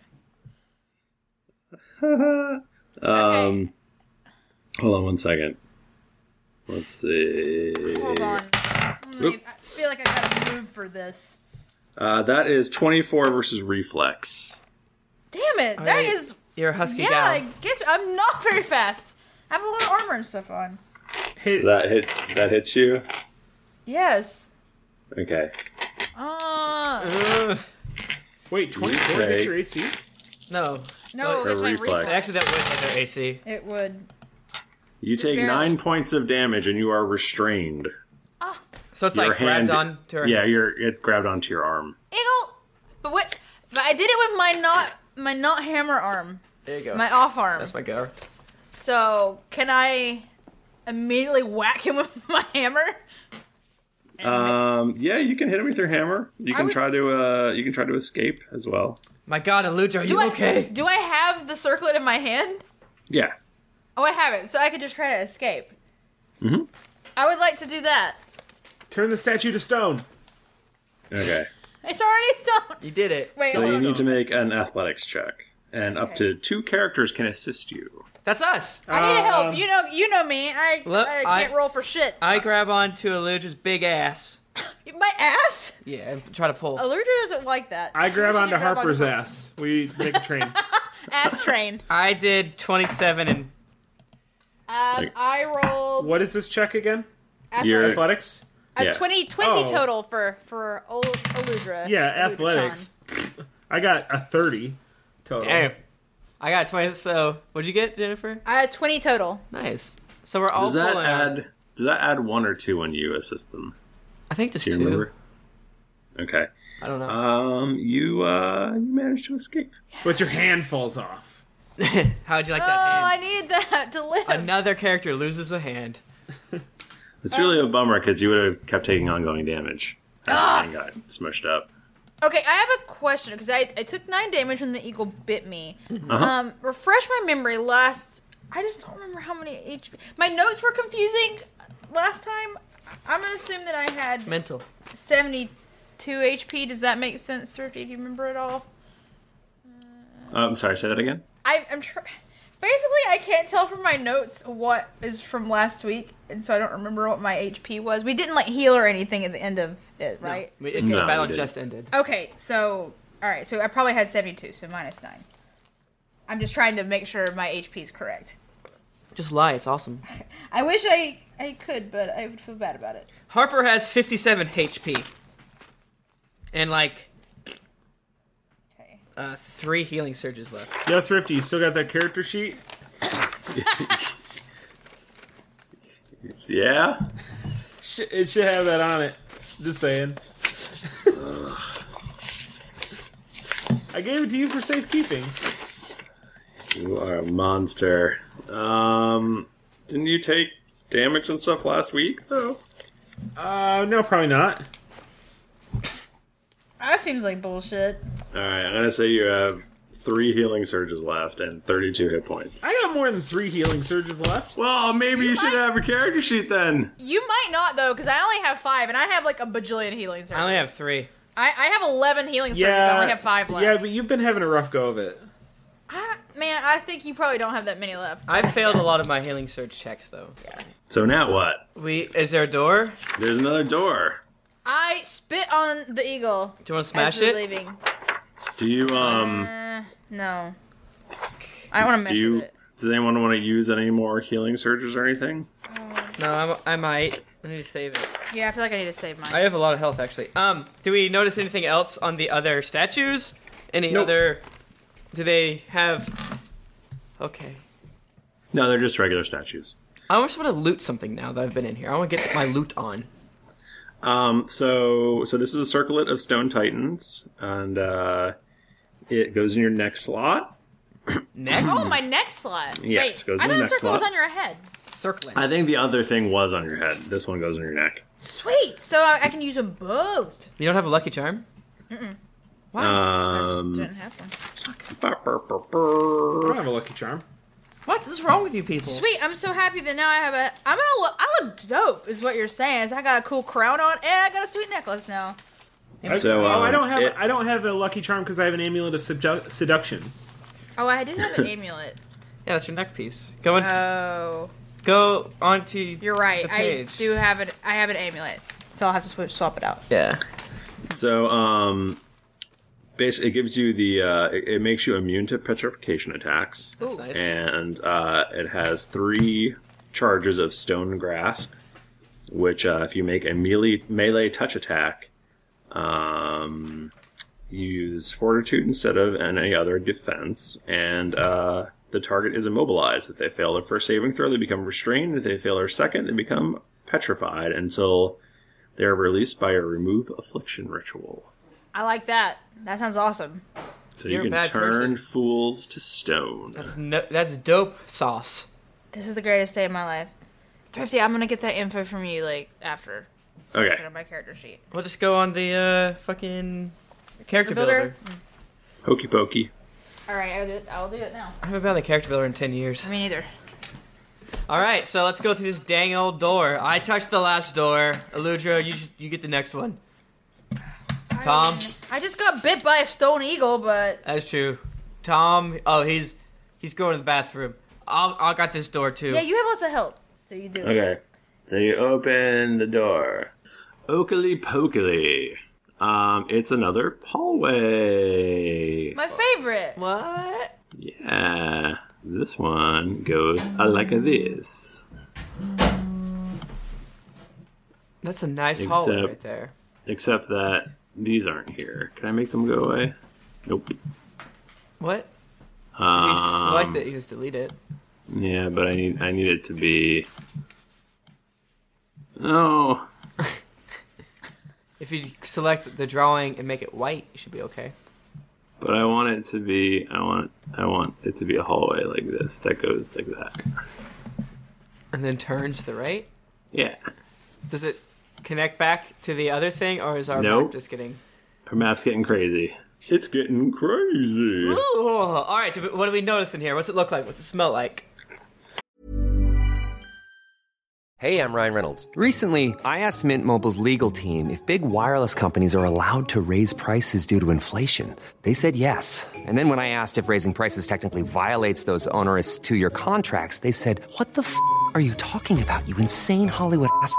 Speaker 2: with the hammer.
Speaker 1: Um, Hold on one second. Let's see.
Speaker 2: Hold on. I
Speaker 1: Oop.
Speaker 2: feel like I gotta move for this.
Speaker 1: Uh, that is 24 versus reflex.
Speaker 2: Damn it! That
Speaker 3: right.
Speaker 2: is.
Speaker 3: Your husky
Speaker 2: Yeah,
Speaker 3: gal.
Speaker 2: I guess I'm not very fast. I have a lot of armor and stuff on.
Speaker 4: Hit
Speaker 1: That hit. That hits you.
Speaker 2: Yes.
Speaker 1: Okay.
Speaker 2: (gasps) Uh,
Speaker 3: Ugh.
Speaker 4: wait twenty four. Hit
Speaker 1: take-
Speaker 4: your AC.
Speaker 3: no,
Speaker 2: no,
Speaker 1: Or
Speaker 2: it's my
Speaker 1: reflex.
Speaker 2: reflex.
Speaker 3: actually, that would hit their AC.
Speaker 2: It would.
Speaker 1: You take
Speaker 2: Barely.
Speaker 1: nine points of damage and you are restrained.
Speaker 2: Ah.
Speaker 3: So it's
Speaker 1: your
Speaker 3: like
Speaker 1: hand,
Speaker 3: grabbed on to her.
Speaker 1: Yeah, you're it grabbed onto your arm.
Speaker 2: Eagle. But what? But I did it with my not my not hammer arm,
Speaker 3: There you go.
Speaker 2: my off arm.
Speaker 3: That's my go.
Speaker 2: So can I immediately whack him with (laughs) my hammer?
Speaker 1: Um, yeah, you can hit him with your hammer. You can
Speaker 2: would-
Speaker 1: try to uh, you can try to escape as well.
Speaker 3: My God, Aludra, are
Speaker 2: Do
Speaker 3: you
Speaker 2: I
Speaker 3: okay?
Speaker 2: do I have the circlet in my hand?
Speaker 1: Yeah.
Speaker 2: Oh, I have it. So I could just try to escape. Mm-hmm. I would like to do that.
Speaker 4: Turn the statue to stone.
Speaker 1: Okay.
Speaker 2: It's already (laughs) stone.
Speaker 3: You did it.
Speaker 2: Wait,
Speaker 1: So
Speaker 2: hold
Speaker 1: you
Speaker 2: on.
Speaker 1: need to make an athletics check, and up to two characters can assist you.
Speaker 3: That's us.
Speaker 2: I need help.
Speaker 4: Um,
Speaker 2: You know, you know me. I
Speaker 3: Look,
Speaker 2: I can't
Speaker 3: I-
Speaker 2: roll for shit.
Speaker 3: I grab onto Aludra's big ass.
Speaker 2: my ass.
Speaker 3: Yeah, and try to pull.
Speaker 2: Aludra doesn't like that.
Speaker 4: I
Speaker 2: She
Speaker 4: grab
Speaker 2: wishes
Speaker 4: onto
Speaker 2: you grabbed
Speaker 4: Harper's
Speaker 2: onto-
Speaker 4: ass. We make a train.
Speaker 2: ass train.
Speaker 3: (laughs) I did 27 and
Speaker 2: Um, I rolled
Speaker 4: what is this check again?
Speaker 1: You're-
Speaker 2: athletics.
Speaker 4: Athletics.
Speaker 2: A
Speaker 1: Yeah.
Speaker 2: 20, 20
Speaker 4: Oh.
Speaker 2: total for for old Aludra.
Speaker 4: Yeah,
Speaker 2: Aludra-chan.
Speaker 4: athletics. I got a thirty total.
Speaker 3: Damn. I got 20. So, what'd you get, Jennifer?
Speaker 2: I had twenty total.
Speaker 3: Nice. So we're all
Speaker 1: Does that
Speaker 3: pulling. out.
Speaker 1: add? Does that add one or two when you assist them?
Speaker 3: I think just
Speaker 1: Do you
Speaker 3: two.
Speaker 1: remember? Okay.
Speaker 3: I don't know.
Speaker 1: Um, you uh, you managed to escape.
Speaker 4: But your hand falls off.
Speaker 3: (laughs) How'd you like
Speaker 2: Oh,
Speaker 3: that
Speaker 2: I
Speaker 3: hand?
Speaker 2: needed that (laughs) to live.
Speaker 3: Another character loses a hand.
Speaker 1: It's really a bummer because you would have kept taking ongoing damage. As
Speaker 2: Ah!
Speaker 3: Ah!
Speaker 1: the thing got smushed up.
Speaker 2: Okay, I have a question because I, I took nine damage when the eagle bit me. Um, refresh my memory. Last, I just don't remember how many HP. My notes were confusing last time. I'm gonna assume that I had
Speaker 3: Mental.
Speaker 2: 72 HP. Does that make sense, Thrifty? Do you remember at all?
Speaker 1: Uh, I'm Um, sorry. Say that again.
Speaker 2: I, I'm trying. Basically, I can't tell from my notes what is from last week, and so I don't remember what my HP was. We didn't like heal or anything at the end of it, right?
Speaker 3: We- it-
Speaker 1: No,
Speaker 3: the battle
Speaker 1: we didn't.
Speaker 3: just ended.
Speaker 2: Okay, so all right, so I probably had seventy-two, so minus nine. I'm just trying to make sure my HP is correct.
Speaker 3: Just lie. It's awesome.
Speaker 2: I wish I I could, but I would feel bad about it.
Speaker 3: Harper has 57 HP. And like
Speaker 2: Okay.
Speaker 3: uh, three healing surges left.
Speaker 4: Yeah, Thrifty, you still got that character sheet?
Speaker 1: It's, yeah.
Speaker 4: Sh- It should have that on it. Just saying. I gave it to you for safekeeping.
Speaker 1: You are a monster. Um, didn't you take damage and stuff last week
Speaker 3: Oh.
Speaker 1: though?
Speaker 4: Uh, no, probably not.
Speaker 2: That seems like bullshit.
Speaker 1: All right, I'm gonna say you have three healing surges left and 32 hit points.
Speaker 4: I got more than three healing surges left.
Speaker 1: Well, maybe you should
Speaker 2: might-
Speaker 1: have a character sheet then.
Speaker 2: You might not though, because I only have five, and I have like a bajillion healing surges.
Speaker 3: I only have three.
Speaker 2: I, I have eleven healing surges. I only have five left.
Speaker 4: Yeah, but you've been having a rough go of it.
Speaker 2: I, man, I think you probably don't have that many left.
Speaker 3: I failed a lot of my healing surge checks though.
Speaker 1: So now what?
Speaker 3: We is there a door?
Speaker 1: There's another door.
Speaker 2: I spit on the eagle
Speaker 3: Do you want to
Speaker 2: as
Speaker 3: smash
Speaker 2: we're
Speaker 3: it?
Speaker 2: leaving. Eh,
Speaker 1: Do you um?
Speaker 2: No, I don't want to mess
Speaker 1: Do you?
Speaker 2: with it.
Speaker 1: Does anyone want to use any more healing surges or anything?
Speaker 3: No, i I might. I need to save it.
Speaker 2: Yeah, I feel like I need to save mine.
Speaker 3: I have a lot of health actually. Um, do we notice anything else on the other statues? Any
Speaker 4: Nope.
Speaker 3: other? Do they have? Okay.
Speaker 1: No, they're just regular statues.
Speaker 3: I almost want to loot something now that I've been in here. I want to get my loot on.
Speaker 1: Um, so so this is a circlet of stone titans, and uh, it goes in your next slot.
Speaker 3: Neck
Speaker 2: Oh, my next slot.
Speaker 1: Hmm. Yes,
Speaker 2: Wait,
Speaker 1: goes
Speaker 2: I
Speaker 1: in the
Speaker 2: thought the
Speaker 1: next
Speaker 2: circle was
Speaker 1: slot.
Speaker 2: on your head.
Speaker 3: circling.
Speaker 1: I think the other thing was on your head. This one goes on your neck.
Speaker 2: Sweet. So I, I can use them both.
Speaker 3: You don't have a lucky charm?
Speaker 2: I just
Speaker 1: Um,
Speaker 2: didn't have one.
Speaker 1: burr, burr, burr, burr.
Speaker 4: I don't have a lucky charm.
Speaker 3: What is wrong with you people?
Speaker 2: Sweet. I'm so happy that now I have a. I'm gonna look. I look dope, is what you're saying. So I got a cool crown on, and I got a sweet necklace now.
Speaker 4: I-
Speaker 1: So,
Speaker 4: oh, I
Speaker 1: um,
Speaker 4: don't have
Speaker 1: it-
Speaker 4: I don't have a lucky charm because I have an amulet of subju- seduction.
Speaker 2: Oh, I
Speaker 1: (laughs)
Speaker 2: didn't have an amulet.
Speaker 3: Yeah, that's your neck piece. Go on.
Speaker 2: Oh,
Speaker 3: go on to.
Speaker 2: you're right.
Speaker 3: The
Speaker 2: I
Speaker 3: page.
Speaker 2: do have it. I have an amulet, so I'll have to switch, swap it out.
Speaker 3: Yeah.
Speaker 1: So, um, basically, it gives you the. Uh, it, it makes you immune to petrification attacks,
Speaker 3: That's nice.
Speaker 1: and uh, it has three charges of stone grasp, which uh, if you make a melee melee touch attack, um, you use fortitude instead of any other defense, and uh, the target is immobilized. If they fail their first saving throw, they become restrained. If they fail their second, they become petrified until they are released by a remove affliction ritual.
Speaker 2: I like that. That sounds awesome.
Speaker 1: So
Speaker 3: You're a
Speaker 1: you can
Speaker 3: bad
Speaker 1: turn
Speaker 3: person.
Speaker 1: fools to stone.
Speaker 3: That's no, that's dope sauce.
Speaker 2: This is the greatest day of my life. Thrifty, I'm gonna get that info from you like after. So I
Speaker 1: Okay.
Speaker 2: put it on my character sheet.
Speaker 3: We'll just go on the uh, fucking character
Speaker 2: Builder?
Speaker 3: builder.
Speaker 1: Hokey pokey.
Speaker 2: All right, I'll do it, I'll do it now.
Speaker 3: I haven't been on the character builder in ten years.
Speaker 2: Me neither.
Speaker 3: All right, so let's go through this dang old door. I touched the last door. Eludra, you sh- you get the next one.
Speaker 1: Um,
Speaker 3: Tom,
Speaker 2: I just got bit by a stone eagle, but
Speaker 3: that's true. Tom, oh he's he's going to the bathroom. I'll I got this door too.
Speaker 2: yeah, you have lots of help, so you do. it.
Speaker 1: Okay. So you open the door. Oakley pokely. Um, it's another hallway.
Speaker 2: My favorite.
Speaker 3: what?
Speaker 1: Yeah. This one goes uh, like this.
Speaker 3: That's a nice hallway
Speaker 1: Except-
Speaker 3: right there.
Speaker 1: Except that these aren't here. Can I make them go away? Nope.
Speaker 3: What? If you
Speaker 1: Um,
Speaker 3: select it, you just delete it.
Speaker 1: yeah, but I need I need it to be. No.
Speaker 3: (laughs) If you select the drawing and make it white, you should be okay.
Speaker 1: But I want it to be I want I want it to be a hallway like this that goes like that.
Speaker 3: And then turn to the right.
Speaker 1: Yeah.
Speaker 3: Does it connect back to the other thing, or is our
Speaker 1: Nope.
Speaker 3: map just getting?
Speaker 1: Her map's getting crazy. It's getting crazy.
Speaker 3: Ooh, all right. do we- What do we notice in here? What's it look like? What's it smell like?
Speaker 7: Hey, I'm Ryan Reynolds. Recently, I asked Mint Mobile's legal team if big wireless companies are allowed to raise prices due to inflation. They said yes. And then when I asked if raising prices technically violates those onerous two year contracts, they said, What the f are you talking about, you insane Hollywood ass? f-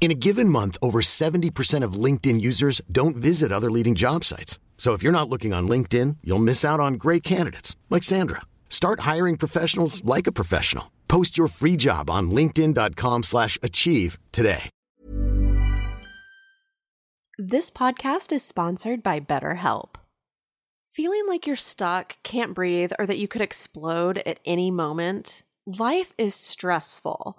Speaker 5: In a given month, over 70% of LinkedIn users don't visit other leading job sites. So if you're not looking on LinkedIn, you'll miss out on great candidates like Sandra. Start hiring professionals like a professional. Post your free job on linkedin.com/achieve slash achieve today.
Speaker 8: This podcast is sponsored by BetterHelp. Feeling like you're stuck, can't breathe, or that you could explode at any moment? Life is stressful.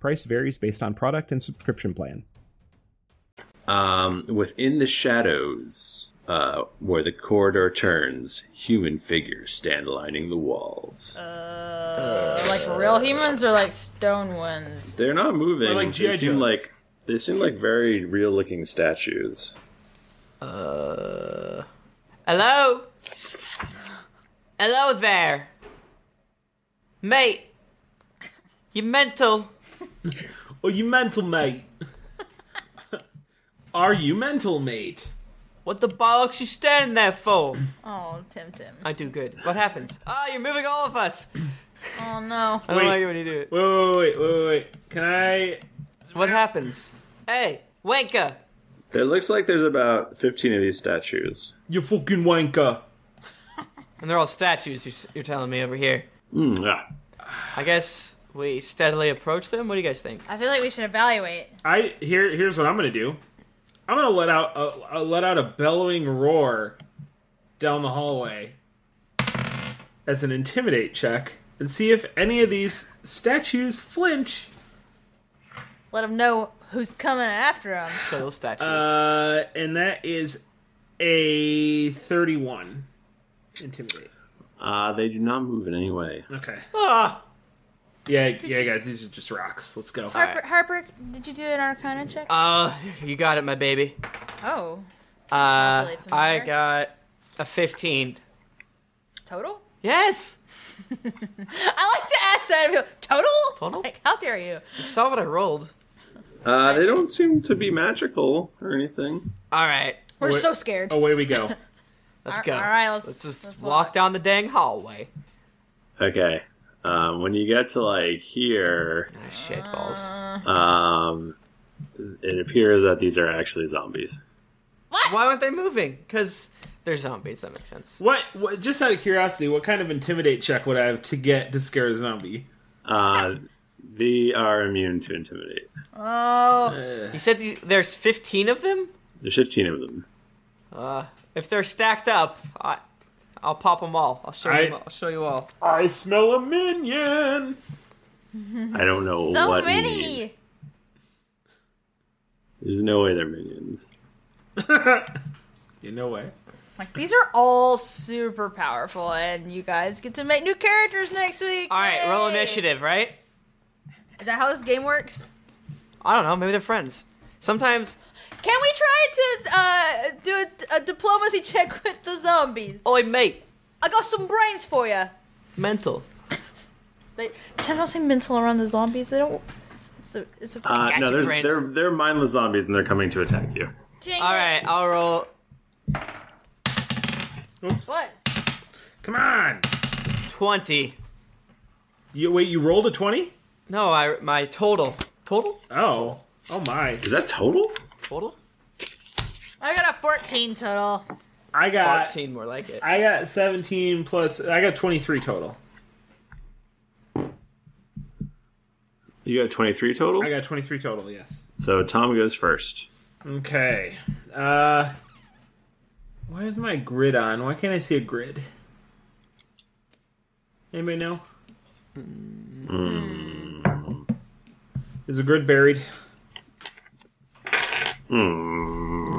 Speaker 4: Price varies based on product and subscription plan.
Speaker 1: Um, within the shadows, uh, where the corridor turns, human figures stand lining the walls.
Speaker 2: Uh, like real humans or like stone ones?
Speaker 1: They're not moving.
Speaker 2: Or like
Speaker 1: they
Speaker 2: G.I.
Speaker 1: seem
Speaker 2: Joes.
Speaker 1: like they seem like very real looking statues. Uh,
Speaker 3: Hello? Hello there. Mate. You mental.
Speaker 9: Oh, you mental mate. (laughs) Are you mental mate?
Speaker 3: What the bollocks you standing there for?
Speaker 2: Oh, Tim Tim.
Speaker 3: I do good. What happens? Ah, you're moving all of us.
Speaker 2: Oh no.
Speaker 3: I don't like it when you do it.
Speaker 9: Wait, wait, wait, wait. Can I?
Speaker 3: What happens? Hey, wanker.
Speaker 1: It looks like there's about fifteen of these statues.
Speaker 9: You fucking wanker.
Speaker 3: And they're all statues. You're, s- you're telling me over here.
Speaker 1: Mm, ah.
Speaker 3: I guess we steadily approach them. What do you guys think?
Speaker 2: I feel like we should evaluate.
Speaker 9: I here. Here's what I'm gonna do. I'm gonna let out a, a let out a bellowing roar down the hallway as an intimidate check and see if any of these statues flinch.
Speaker 2: Let them know who's coming after them.
Speaker 3: Those statues.
Speaker 9: Uh, and that is a 31 intimidate.
Speaker 1: Uh, they do not move in any way.
Speaker 9: Okay.
Speaker 3: Ah,
Speaker 9: Yeah, yeah, guys, these are just rocks. Let's go.
Speaker 2: Harper, Harper, did you do an Arcana check?
Speaker 3: Uh, you got it, my baby.
Speaker 2: oh,
Speaker 3: Uh,
Speaker 2: really familiar.
Speaker 3: I got a 15.
Speaker 2: total. Yes. I like to ask that. of you. Total? Total? Like, how dare you?
Speaker 3: You saw what I rolled.
Speaker 1: Uh, they don't seem to be magical or anything.
Speaker 3: All right.
Speaker 2: We're so scared.
Speaker 9: Oh,
Speaker 4: Away we
Speaker 3: (laughs)
Speaker 4: go.
Speaker 3: Let's
Speaker 2: All-
Speaker 3: go.
Speaker 2: all right, let's-
Speaker 3: just
Speaker 2: let's
Speaker 3: walk, down the dang hallway.
Speaker 1: Okay. Um, when you get to like here,
Speaker 9: Ah,
Speaker 3: shit balls.
Speaker 1: Um, it appears that these are actually zombies.
Speaker 3: Why aren't they moving? Because they're zombies. That makes sense.
Speaker 4: What, what? Just out of curiosity, what kind of intimidate check would I have to get to scare a zombie?
Speaker 1: Uh, (laughs) they are immune to intimidate.
Speaker 2: Oh.
Speaker 9: Uh.
Speaker 3: you said the, there's 15 of them?
Speaker 1: There's 15 of them.
Speaker 3: Uh, if they're stacked up, I, I'll pop them all. I'll show,
Speaker 4: I-
Speaker 3: you, I'll show you all.
Speaker 4: I smell a minion.
Speaker 1: I don't know
Speaker 2: So
Speaker 1: what.
Speaker 2: many.
Speaker 1: minion- There's no way they're
Speaker 9: (laughs)
Speaker 1: minions.
Speaker 4: You know way.
Speaker 2: Like these are all super powerful, and you guys get to make new characters next week. All right,
Speaker 3: Roll initiative, right?
Speaker 2: Is that how this game works?
Speaker 3: I don't know. Maybe they're friends. Sometimes.
Speaker 2: Can we try to uh, do a, a diplomacy (laughs) check with the zombies?
Speaker 3: Oi, mate.
Speaker 2: I got some brains for you.
Speaker 3: Mental.
Speaker 2: They, I don't say mental around the zombies. They don't. It's, it's a, it's a
Speaker 1: Uh, no, there's, they're they're mindless zombies and they're coming to attack you.
Speaker 3: All right, I'll roll.
Speaker 2: What?
Speaker 4: Come on.
Speaker 3: 20.
Speaker 4: You wait, you rolled a 20?
Speaker 3: No, I my total. Total?
Speaker 4: Oh. Oh my.
Speaker 1: Is that total?
Speaker 3: Total?
Speaker 2: I got a 14 total.
Speaker 4: I got
Speaker 3: 14 more like it.
Speaker 4: I got 17 plus I got 23 total.
Speaker 1: You got 23 total.
Speaker 4: I got 23 total, yes.
Speaker 1: So Tom goes first.
Speaker 4: Okay. Uh Why is my grid on? Why can't I see a grid? Anybody know? Is the grid buried?
Speaker 10: Hmm.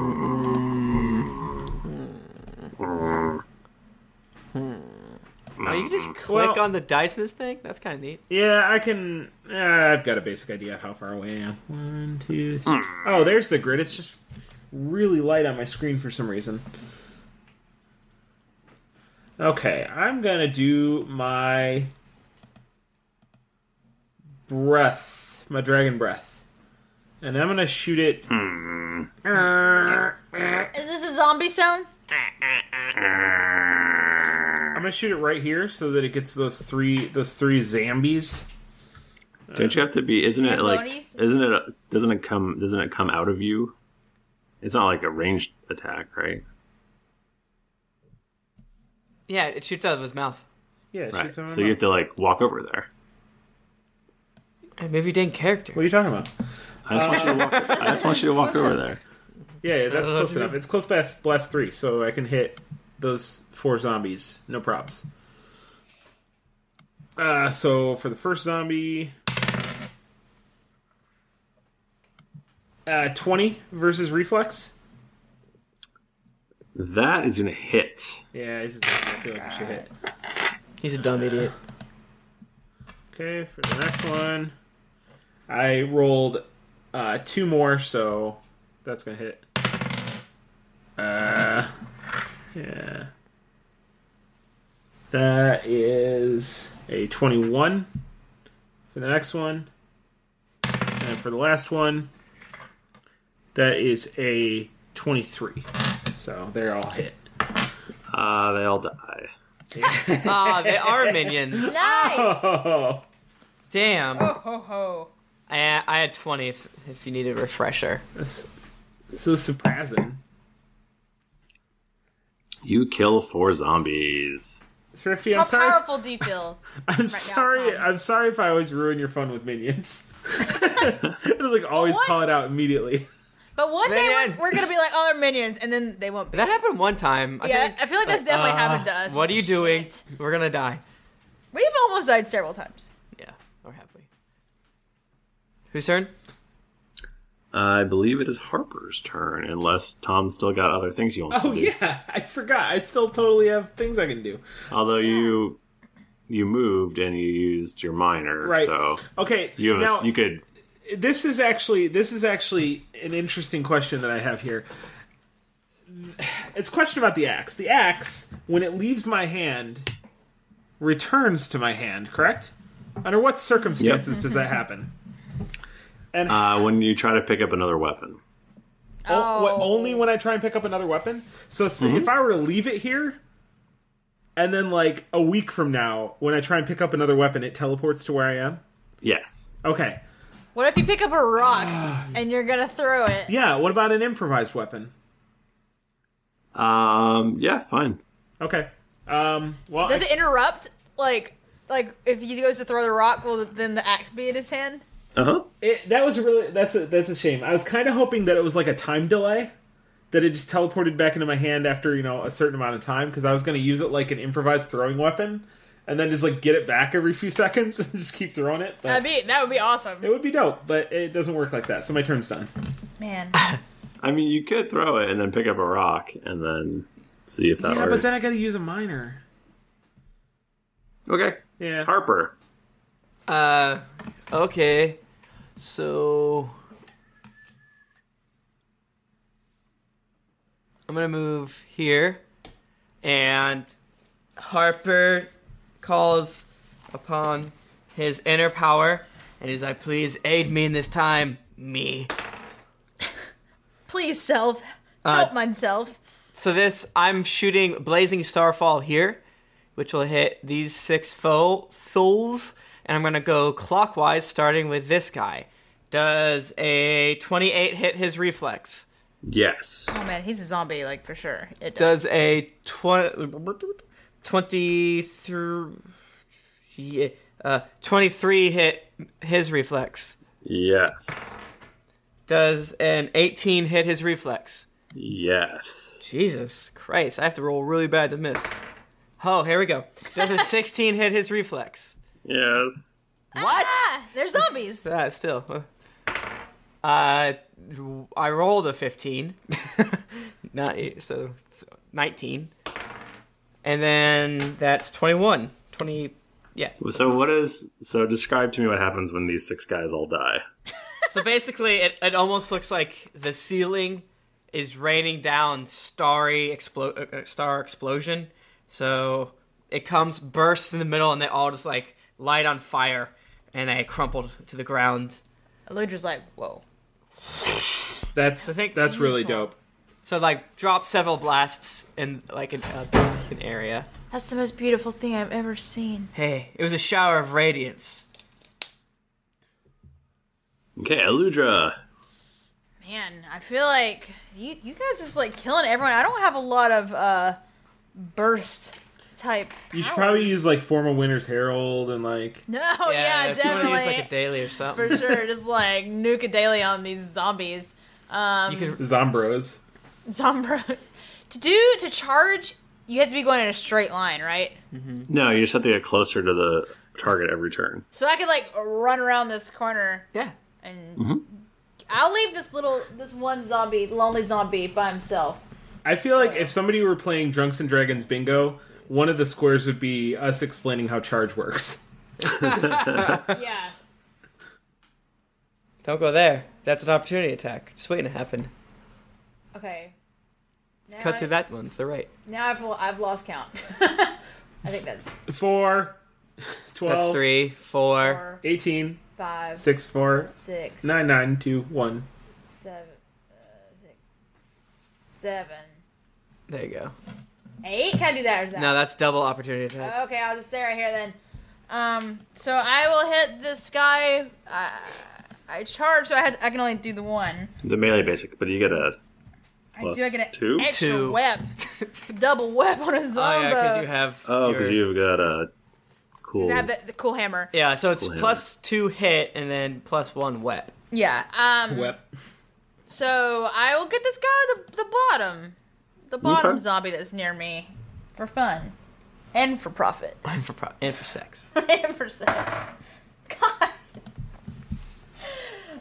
Speaker 4: Hmm.
Speaker 3: Oh, you can just click on the dice in this thing? That's kind of neat.
Speaker 4: Yeah, I can. Uh, I've got a basic idea of how far away I am. One, two, three. Oh, there's the grid. It's just really light on my screen for some reason. Okay, I'm gonna do my breath, my dragon breath, and I'm gonna shoot it.
Speaker 2: Is this a zombie sound?
Speaker 4: I'm gonna shoot it right here so that it gets those three, those three zombies.
Speaker 1: Don't you have to be? Isn't it like?
Speaker 4: Zombies?
Speaker 1: Isn't it? Doesn't it come? Doesn't it come out of you? It's not like a ranged attack, right?
Speaker 3: Yeah, it shoots out of his mouth.
Speaker 4: Yeah, it
Speaker 1: Right. So you have to like walk over there.
Speaker 3: Hey, maybe dang character. What
Speaker 4: are you talking about? Uh,
Speaker 1: I just want you to walk. I just want you to walk over there.
Speaker 4: Yeah, yeah that's
Speaker 3: Uh,
Speaker 4: close
Speaker 3: you-
Speaker 4: enough. It's close past blast three, so I can hit those four zombies. No props. Uh, so for the first zombie, uh, twenty versus reflex.
Speaker 1: That is gonna hit.
Speaker 4: Yeah, he's a dummy. I feel like I should hit.
Speaker 3: He's a dumb idiot.
Speaker 4: Okay, for the next one, I rolled uh, two more, so that's gonna hit. Uh, yeah. That is a 21 for the next one. And for the last one, that is a 23. So they're all hit.
Speaker 1: Ah, they all die. (laughs)
Speaker 3: Ah, they are minions.
Speaker 4: Oh.
Speaker 3: Damn.
Speaker 2: Ho ho.
Speaker 3: I, I had 20 if, if you need a refresher.
Speaker 4: That's so surprising.
Speaker 1: You kill four zombies.
Speaker 4: Thrifty,
Speaker 2: How
Speaker 4: I'm sorry.
Speaker 2: powerful do you feel?
Speaker 4: I'm sorry. I'm sorry if I always ruin your fun with minions. I just like always call it out immediately.
Speaker 2: But one day we're, we're gonna be like, oh, they're minions, and then they won't be.
Speaker 3: That happened one time.
Speaker 2: Yeah, I feel like that's definitely happened to us.
Speaker 3: Uh, What are you doing? We're gonna die.
Speaker 2: We've almost died several times.
Speaker 3: Or have we? Whose turn?
Speaker 1: I believe it is Harper's turn, unless Tom's still got other things he wants
Speaker 4: Oh
Speaker 1: to do.
Speaker 4: yeah, (laughs) I forgot. I still totally have things I can do.
Speaker 1: Although you you moved and you used your minor,
Speaker 4: Right.
Speaker 1: so
Speaker 4: Okay,
Speaker 1: you have a s-
Speaker 4: now-
Speaker 1: you could
Speaker 4: This is actually this is actually an interesting question that I have here. It's a question about the axe. The axe, when it leaves my hand, returns to my hand, correct? Under what circumstances does that happen?
Speaker 1: uh, when you try to pick up another weapon.
Speaker 4: O- what-
Speaker 1: Oh.
Speaker 4: only when I try and pick up another weapon. So s-
Speaker 1: Mhm.
Speaker 4: if I were to leave it here, and then like a week from now, when I try and pick up another weapon, it teleports to where I am.
Speaker 1: Yes.
Speaker 4: Okay.
Speaker 2: What if you pick up a rock and you're gonna throw it?
Speaker 4: Yeah. What about an improvised weapon?
Speaker 1: Um. Yeah. Fine.
Speaker 4: Okay. Um. Well,
Speaker 2: Does
Speaker 4: I-
Speaker 2: it interrupt? Like, like if he goes to throw the rock, will then the axe be in his hand?
Speaker 1: Uh-huh.
Speaker 4: It, that was really that's a that's a shame. I was kind of hoping that it was like a time delay that it just teleported back into my hand after you know a certain amount of time because I was going to use it like an improvised throwing weapon and then just like get it back every few (laughs) seconds and just keep throwing it. But
Speaker 2: That'd be that would be awesome.
Speaker 4: it would be dope, but it doesn't work like that. So my turn's done.
Speaker 2: Man.
Speaker 1: I mean, you could throw it and then pick up a rock and then see if that
Speaker 4: yeah,
Speaker 1: works.
Speaker 4: but then I got to use a miner.
Speaker 1: okay.
Speaker 4: Yeah.
Speaker 1: Harper.
Speaker 3: Uh, okay. So I'm gonna move here, and Harper calls upon his inner power, and he's like, "Please aid me in this time, me."
Speaker 2: (laughs) Please, self,
Speaker 3: Uh,
Speaker 2: help myself.
Speaker 3: So this, I'm shooting Blazing Starfall here, which will hit these six foe souls, and I'm gonna go clockwise, starting with this guy. Does a 28 hit his reflex?
Speaker 1: Yes.
Speaker 2: Oh man, he's a zombie, like for sure. It
Speaker 3: Does a tw- 23 yeah, uh, 23 hit his reflex?
Speaker 1: Yes.
Speaker 3: Does an 18 hit his reflex?
Speaker 1: Yes.
Speaker 3: Jesus Christ, I have to roll really bad to miss. Oh, here we go. Does
Speaker 2: (laughs)
Speaker 3: a 16 hit his reflex?
Speaker 1: Yes.
Speaker 3: What?
Speaker 2: Ah, they're zombies.
Speaker 3: (laughs) Ah, still. Uh, I rolled a 15. (laughs) Not e, so 19. And then that's 21. 20 yeah.
Speaker 1: So what is? So describe to me what happens when these six guys all die.
Speaker 3: so basically, it, it almost looks like the ceiling is raining down starry explo- uh, uh, star explosion. So it comes, bursts in the middle, and they all just like light on fire, and they crumpled to the ground.
Speaker 2: Eludra's like, whoa.
Speaker 4: That's that's really dope.
Speaker 3: So like drop several blasts in like an, uh, an area.
Speaker 2: That's the most beautiful thing I've ever seen.
Speaker 3: Hey, it was a shower of radiance.
Speaker 1: Okay, Eludra.
Speaker 2: Man, I feel like you you guys just like killing everyone. I don't have a lot of uh burst type. (laughs)
Speaker 4: You should probably use like formal winner's herald and like
Speaker 2: No, yeah,
Speaker 3: if you
Speaker 2: definitely
Speaker 3: want to use like a daily or something.
Speaker 2: for sure. Just
Speaker 3: (laughs)
Speaker 2: like nuke a daily on these zombies. Um,
Speaker 4: Zombros.
Speaker 2: Zombro. (laughs) to do to charge, you have to be going in a straight line, right?
Speaker 3: Mm-hmm.
Speaker 1: No, you just have to get closer to the target every turn.
Speaker 2: So I could like run around this corner.
Speaker 3: Yeah.
Speaker 2: And
Speaker 1: Mm-hmm.
Speaker 2: I'll leave this little this one zombie, lonely zombie by himself.
Speaker 4: I feel like if somebody were playing Drunks and Dragons Bingo, one of the squares would be us explaining how charge
Speaker 2: (laughs)
Speaker 4: works.
Speaker 2: yeah.
Speaker 3: Don't go there. That's an opportunity attack. Just waiting to happen.
Speaker 2: Okay. Now
Speaker 3: Cut
Speaker 2: I-
Speaker 3: through that one to the right.
Speaker 2: Now I've lo- I've lost count. (laughs) I think that's
Speaker 4: Four, twelve,
Speaker 3: That's three, four,
Speaker 4: eighteen,
Speaker 2: five,
Speaker 4: six, four,
Speaker 2: six,
Speaker 4: nine, nine, two, one.
Speaker 2: seven, uh, six, seven,
Speaker 3: There you go.
Speaker 2: eight. Can I do that or is that?
Speaker 3: No, that's double opportunity attack.
Speaker 2: Okay, I'll just stay right here then. Um, so I will hit this guy. Uh, I charge, so I had I can only do the one.
Speaker 1: The melee basic, but you get a
Speaker 2: I
Speaker 1: plus
Speaker 2: do I get an
Speaker 1: two.
Speaker 2: extra web, (laughs) double web on a
Speaker 3: Oh
Speaker 2: zombo?
Speaker 3: yeah, because you have.
Speaker 1: Oh, because
Speaker 3: your-
Speaker 1: you've got a cool.
Speaker 2: I have the, the cool hammer.
Speaker 3: Yeah, so it's
Speaker 1: Cool hammer.
Speaker 3: plus two hit and then plus one wet.
Speaker 2: Yeah. Um. So I will get this guy the the bottom, the bottom
Speaker 3: Okay.
Speaker 2: zombie that's near me, for fun, (laughs) and for profit,
Speaker 3: And for pro- and for
Speaker 2: (laughs)
Speaker 3: sex.
Speaker 2: and for sex. God.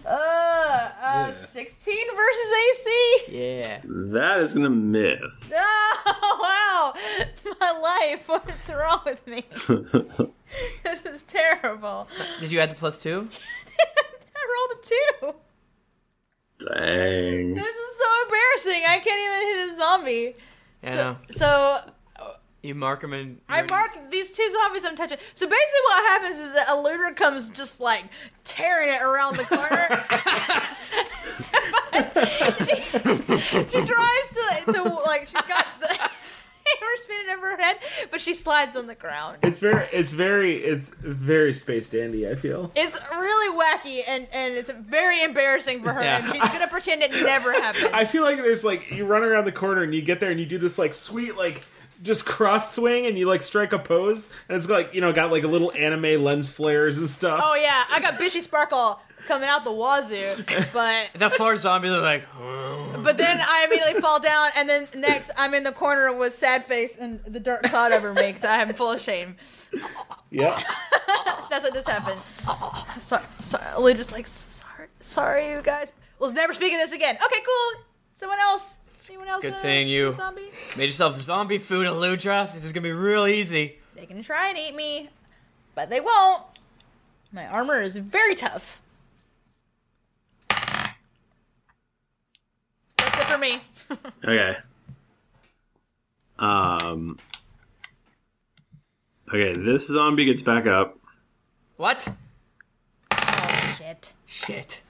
Speaker 2: Uh, uh
Speaker 1: Yeah.
Speaker 2: 16 versus AC.
Speaker 3: Yeah.
Speaker 1: That is gonna miss.
Speaker 2: Oh, (laughs) wow. My life. What's wrong with me? (laughs) this is terrible.
Speaker 3: Did you add the plus two?
Speaker 2: I rolled a two.
Speaker 1: Dang.
Speaker 2: This is so embarrassing. I can't even hit a zombie.
Speaker 3: Yeah, I know.
Speaker 2: So,
Speaker 3: You mark them and
Speaker 2: I mark these two zombies I'm touching. So basically, what happens is that a looter comes just like tearing it around the corner. (laughs) she, she tries to, to like she's got the (laughs) hammer spinning over her head, but she slides on the ground.
Speaker 4: It's very, it's very, it's very space dandy. I feel.
Speaker 2: It's really wacky and and it's very embarrassing for her.
Speaker 4: Yeah.
Speaker 2: And she's gonna pretend it never happened.
Speaker 4: I feel like there's like you run around the corner and you get there and you do this like sweet like just cross swing and you like strike a pose and it's like you know got like a little anime lens flares and stuff.
Speaker 2: Oh yeah, I got Bishy Sparkle coming out the wazoo, but
Speaker 3: the four zombies are like. oh,
Speaker 2: But then I immediately fall down, and then next I'm in the corner with sad face and the dark cloud over me because I am full of shame.
Speaker 4: Yeah.
Speaker 2: That's what just happened. Sorry, sorry. Lou just like "S- sorry, sorry, you guys. Let's never speak of this again. Okay, cool. Someone else. Anyone else?
Speaker 3: Good
Speaker 2: wanna
Speaker 3: thing you
Speaker 2: Zombie.
Speaker 3: made yourself zombie food, Aludra. This is gonna be real easy.
Speaker 2: They can try and eat me, but they won't. My armor is very tough. So that's it for (laughs) me.
Speaker 1: Okay. Um. Okay, this zombie gets back up.
Speaker 3: What?
Speaker 2: Oh shit.
Speaker 3: Shit.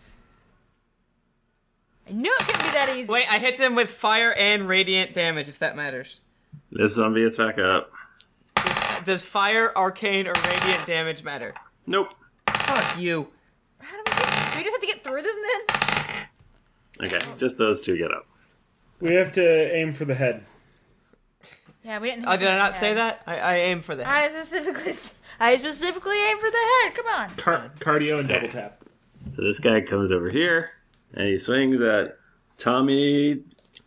Speaker 2: I knew it couldn't be that easy.
Speaker 3: Wait, I hit them with fire and radiant damage, if that matters.
Speaker 1: This zombie gets back up.
Speaker 3: Does fire, arcane, or radiant damage matter?
Speaker 1: Nope.
Speaker 3: Fuck you.
Speaker 2: Do we just have to get through them then?
Speaker 1: Okay, just those two get up.
Speaker 4: We have to aim for the head.
Speaker 2: Yeah, we didn't.
Speaker 3: Oh, did I not say that? I, I aim for the head.
Speaker 2: I specifically, I specifically aim for the head. Come on.
Speaker 4: Car- cardio and double tap.
Speaker 1: So this guy comes over here and he swings at Tommy.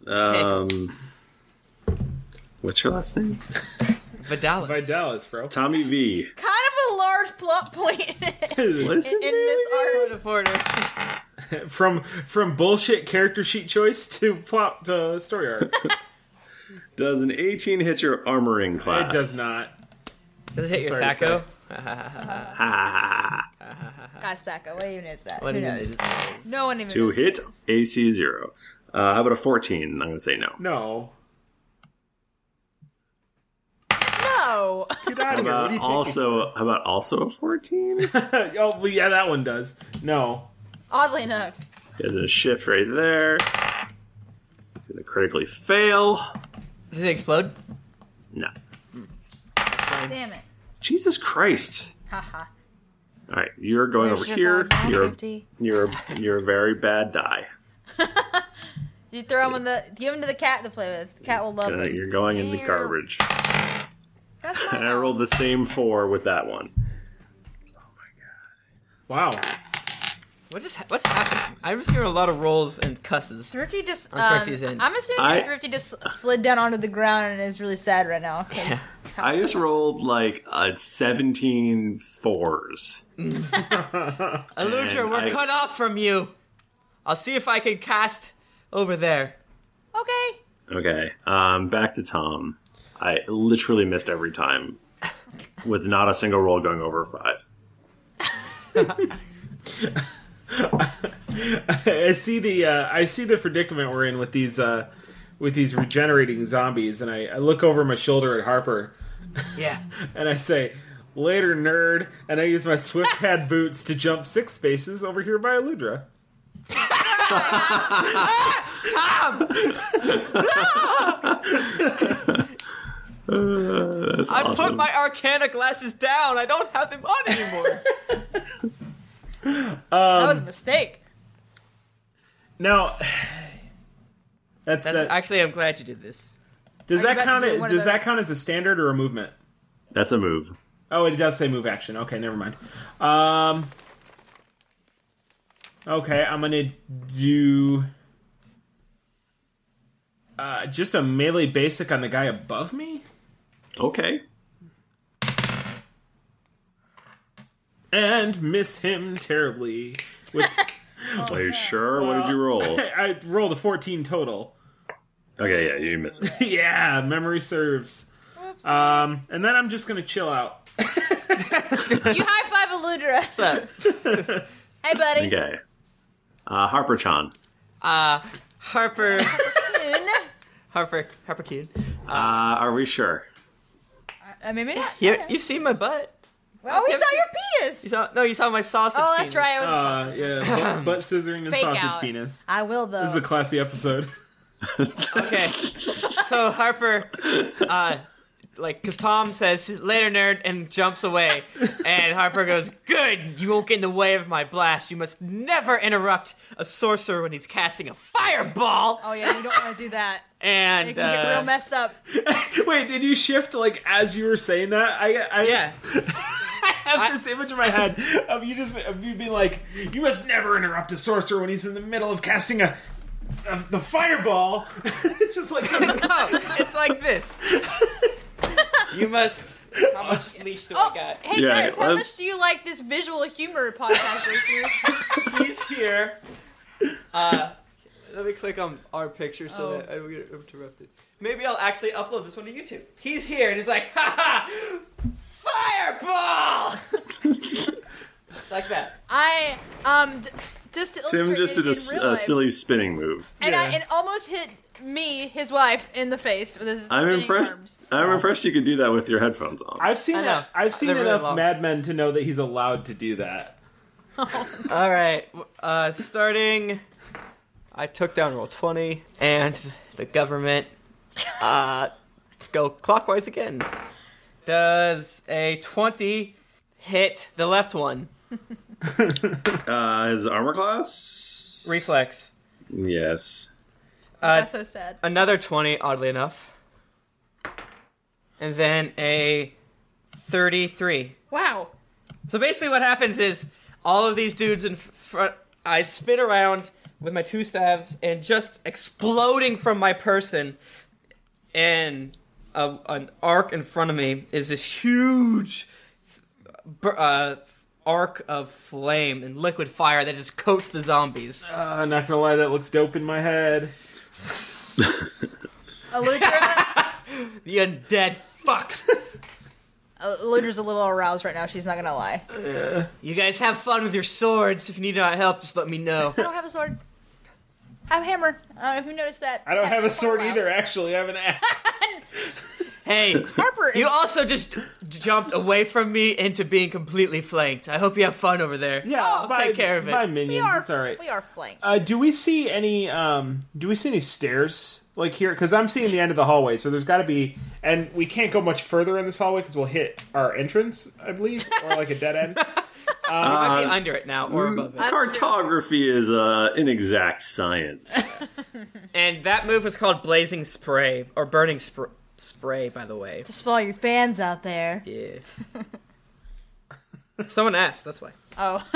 Speaker 1: Um, what's your last name?
Speaker 3: Vidalis.
Speaker 4: Vidalis, bro. (laughs)
Speaker 1: Tommy V.
Speaker 2: Kind of a large plot point. (laughs)
Speaker 1: What is
Speaker 2: in, in this art? (laughs)
Speaker 4: from from bullshit character sheet choice to plot to
Speaker 1: (laughs)
Speaker 4: story arc.
Speaker 1: Does an 18 hit your armoring class?
Speaker 4: It does not.
Speaker 3: Does it hit your
Speaker 1: Sorry to
Speaker 3: thaco?
Speaker 2: Guys, Stacko, what even is that?
Speaker 1: What
Speaker 2: Who
Speaker 1: even
Speaker 2: knows?
Speaker 1: is
Speaker 2: No one even.
Speaker 1: to
Speaker 2: knows.
Speaker 1: hit AC zero. Uh, how about a 14? I'm gonna say no.
Speaker 4: No.
Speaker 2: No.
Speaker 4: Get
Speaker 1: How
Speaker 4: out of here.
Speaker 1: about
Speaker 4: What are you taking?
Speaker 1: also? How about also a 14?
Speaker 4: (laughs) oh, well, yeah, that one does. No.
Speaker 2: (laughs)
Speaker 4: (laughs)
Speaker 2: Oddly enough,
Speaker 1: This guy's gonna shift right there. He's gonna critically fail.
Speaker 3: (laughs) Does it explode?
Speaker 1: No.
Speaker 2: damn it.
Speaker 1: Jesus Christ!
Speaker 2: Haha.
Speaker 1: All right, you're going
Speaker 2: Where's
Speaker 1: over
Speaker 2: your
Speaker 1: here.
Speaker 2: bad die,
Speaker 1: You're
Speaker 2: Hefty?
Speaker 1: you're you're a very bad
Speaker 2: (laughs)
Speaker 1: die.
Speaker 2: You throw him in the, give him to the cat to play with. The cat will love
Speaker 1: Uh,
Speaker 2: it.
Speaker 1: you're going in the garbage. (laughs) I rolled the same four with that one.
Speaker 4: Wow.
Speaker 3: What just ha- what's happening? I'm just hearing a lot of rolls and cusses.
Speaker 2: Thrifty just.
Speaker 3: On
Speaker 2: um,
Speaker 3: Thrifty's end.
Speaker 2: I'm assuming
Speaker 1: I-
Speaker 2: that Thrifty just slid down onto the ground and is really sad right now. 'cause-
Speaker 1: I just rolled like uh, 17 fours.
Speaker 3: Aludra,
Speaker 1: And
Speaker 3: we're
Speaker 1: I-
Speaker 3: cut off from you. I'll see if I can cast over there.
Speaker 2: Okay.
Speaker 1: Okay. Um, back to Tom. I literally missed every time with not a single roll going over five.
Speaker 4: I see the uh, I see the predicament we're in with these uh, with these regenerating zombies, and I, I look over my shoulder at Harper.
Speaker 2: (laughs)
Speaker 3: Yeah.
Speaker 4: and I say, "Later, nerd," and I use
Speaker 1: (laughs)
Speaker 4: my swift pad boots to jump six spaces over here by Aludra.
Speaker 1: Uh, that's
Speaker 3: I put
Speaker 1: awesome.
Speaker 3: my Arcana glasses down. I don't have them on anymore.
Speaker 4: Um,
Speaker 2: (laughs) that was a mistake.
Speaker 4: Now, (sighs) that's,
Speaker 3: That's-
Speaker 4: that.
Speaker 3: Actually, I'm glad you did this.
Speaker 4: Does
Speaker 3: Are you
Speaker 4: that
Speaker 3: about to
Speaker 4: count?
Speaker 3: do
Speaker 4: As,
Speaker 3: one of
Speaker 4: does that
Speaker 3: those?
Speaker 4: count as a standard or a movement?
Speaker 1: That's a move.
Speaker 4: Oh, it does say move action. Okay, never mind. Um, okay, I'm gonna do uh, just a melee basic on the guy above me.
Speaker 1: Okay.
Speaker 4: And miss him terribly.
Speaker 3: (laughs)
Speaker 4: With,
Speaker 2: Oh,
Speaker 1: Are you sure? What did you
Speaker 2: (laughs)
Speaker 1: roll?
Speaker 4: (laughs) I rolled a 14 total. (laughs)
Speaker 1: Okay, yeah, you missed it.
Speaker 4: yeah, memory serves. Um, and then I'm just gonna chill out.
Speaker 2: You high five Aludra. What's
Speaker 3: up?
Speaker 2: (laughs) hey, buddy.
Speaker 1: Okay. Uh, Harper Chan.
Speaker 3: Uh,
Speaker 2: (laughs)
Speaker 3: Harper. Harper. Harper Kuhn.
Speaker 1: Uh, are we sure?
Speaker 2: I mean, maybe not.
Speaker 3: You, you see my butt?
Speaker 2: Oh, we saw your penis.
Speaker 3: You saw, no, you saw my sausage.
Speaker 2: Oh, that's
Speaker 3: penis.
Speaker 2: right, it was a
Speaker 4: Uh,
Speaker 3: (laughs)
Speaker 4: yeah, butt, butt scissoring and
Speaker 3: Fake
Speaker 4: Oh, sausage
Speaker 3: out.
Speaker 4: penis.
Speaker 2: I will though.
Speaker 4: This is a classy episode. (laughs)
Speaker 3: okay. So Harper, uh, like, cause Tom says later, nerd, and jumps away, and Harper goes, "Good, you won't get in the way of my blast. You must never interrupt a sorcerer when he's casting a fireball."
Speaker 2: Oh yeah, you don't want to do that.
Speaker 3: (laughs) And
Speaker 2: it can get
Speaker 3: uh,
Speaker 2: real messed up.
Speaker 4: Wait, did you shift like as you were saying that? I, I yeah. (laughs) I have this image in my head of you just of you being like, you must never interrupt a sorcerer when he's in the middle of casting a, a the fireball. (laughs) it's just
Speaker 3: (laughs)
Speaker 4: like
Speaker 3: it's like this. you must. How
Speaker 2: (laughs)
Speaker 3: much leash do I got?
Speaker 2: Oh, Hey
Speaker 4: Yeah,
Speaker 2: guys, how
Speaker 4: let's-
Speaker 2: much do you like this visual humor podcast,
Speaker 3: (laughs)
Speaker 2: listeners?
Speaker 3: He's here. Uh, let me click on our picture so
Speaker 2: Oh.
Speaker 3: that I don't get interrupted. Maybe I'll actually upload this one to YouTube. He's here and he's like, ha ha, fireball! like that.
Speaker 2: I um d- just to
Speaker 1: Tim
Speaker 2: illustrate
Speaker 1: just
Speaker 2: it
Speaker 1: did a,
Speaker 2: in
Speaker 1: s-
Speaker 2: real
Speaker 1: a
Speaker 2: life,
Speaker 1: silly spinning move.
Speaker 2: and I, it almost hit me, his wife, in the face with his.
Speaker 1: I'm
Speaker 2: spinning
Speaker 1: impressed.
Speaker 2: arms.
Speaker 1: I'm impressed you could do that with your headphones on.
Speaker 4: I've seen that. I've seen
Speaker 3: They're really
Speaker 4: enough
Speaker 3: long.
Speaker 4: Mad Men to know that he's allowed to do that.
Speaker 3: All right. Uh, starting. I took down roll 20 and the government. Uh, let's go clockwise again. Does a 20 hit the left one?
Speaker 1: Uh, his armor class?
Speaker 3: Reflex.
Speaker 1: Yes.
Speaker 3: Uh,
Speaker 2: (laughs) That's so sad.
Speaker 3: Another 20, oddly enough. And then a 33.
Speaker 2: Wow.
Speaker 3: So basically, what happens is all of these dudes in f- front, I spin around with my two staves and just exploding from my person, and a, an arc in front of me is this huge br- uh, arc of flame and liquid fire that just coats the zombies.
Speaker 4: Uh, not gonna lie, that looks dope in my head.
Speaker 3: The undead fucks.
Speaker 2: Uh, Luder's a little aroused right now. She's not gonna lie.
Speaker 3: Uh, you guys have fun with your swords. If you need my help, just let me
Speaker 2: (laughs)
Speaker 3: know.
Speaker 2: I don't have a sword. I have a hammer. I don't know if you noticed that.
Speaker 4: I don't have a sword either. Actually, I have an axe.
Speaker 3: Hey,
Speaker 2: Harper,
Speaker 3: you
Speaker 2: is-
Speaker 3: also just j- jumped away from me into being completely flanked. I hope you have fun over there. Yeah, I'll
Speaker 4: by-
Speaker 3: take care of it.
Speaker 4: by Oh, minions, We are- it's all right.
Speaker 2: We are flanked.
Speaker 4: Uh, do we see any? Um, do we see any stairs like here? Because I'm seeing the end of the hallway, so there's got to be. And we can't go much further in this hallway because we'll hit our entrance, I believe, or like a dead
Speaker 3: (laughs)
Speaker 4: end. Um,
Speaker 1: might be Uh,
Speaker 3: under it now or above
Speaker 1: Cartography is uh, an exact science.
Speaker 3: (laughs) And that move was called blazing spray or burning spr- spray. By the way,
Speaker 2: Just for all your fans out there.
Speaker 3: Yeah. (laughs) someone asked. That's why.
Speaker 2: Oh. (laughs)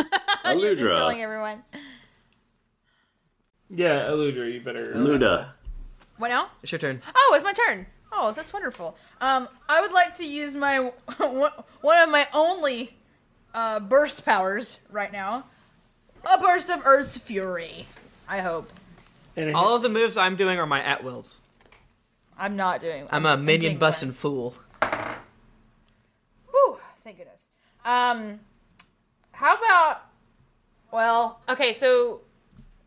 Speaker 2: You're just
Speaker 1: Aludra.
Speaker 2: telling everyone.
Speaker 4: Yeah, Eludra, you better.
Speaker 1: Luda.
Speaker 2: What now?
Speaker 3: It's your turn.
Speaker 2: Oh, it's my turn. Oh, that's wonderful. Um, I would like to use my (laughs) one of my only uh, burst powers right now. A burst of Earth's fury. I hope
Speaker 3: All of the moves I'm doing are my at wills.
Speaker 2: I'm not doing.
Speaker 3: I'm a minion
Speaker 2: doing
Speaker 3: busting fool.
Speaker 2: Whew, thank goodness. Um, how about? Well, okay, so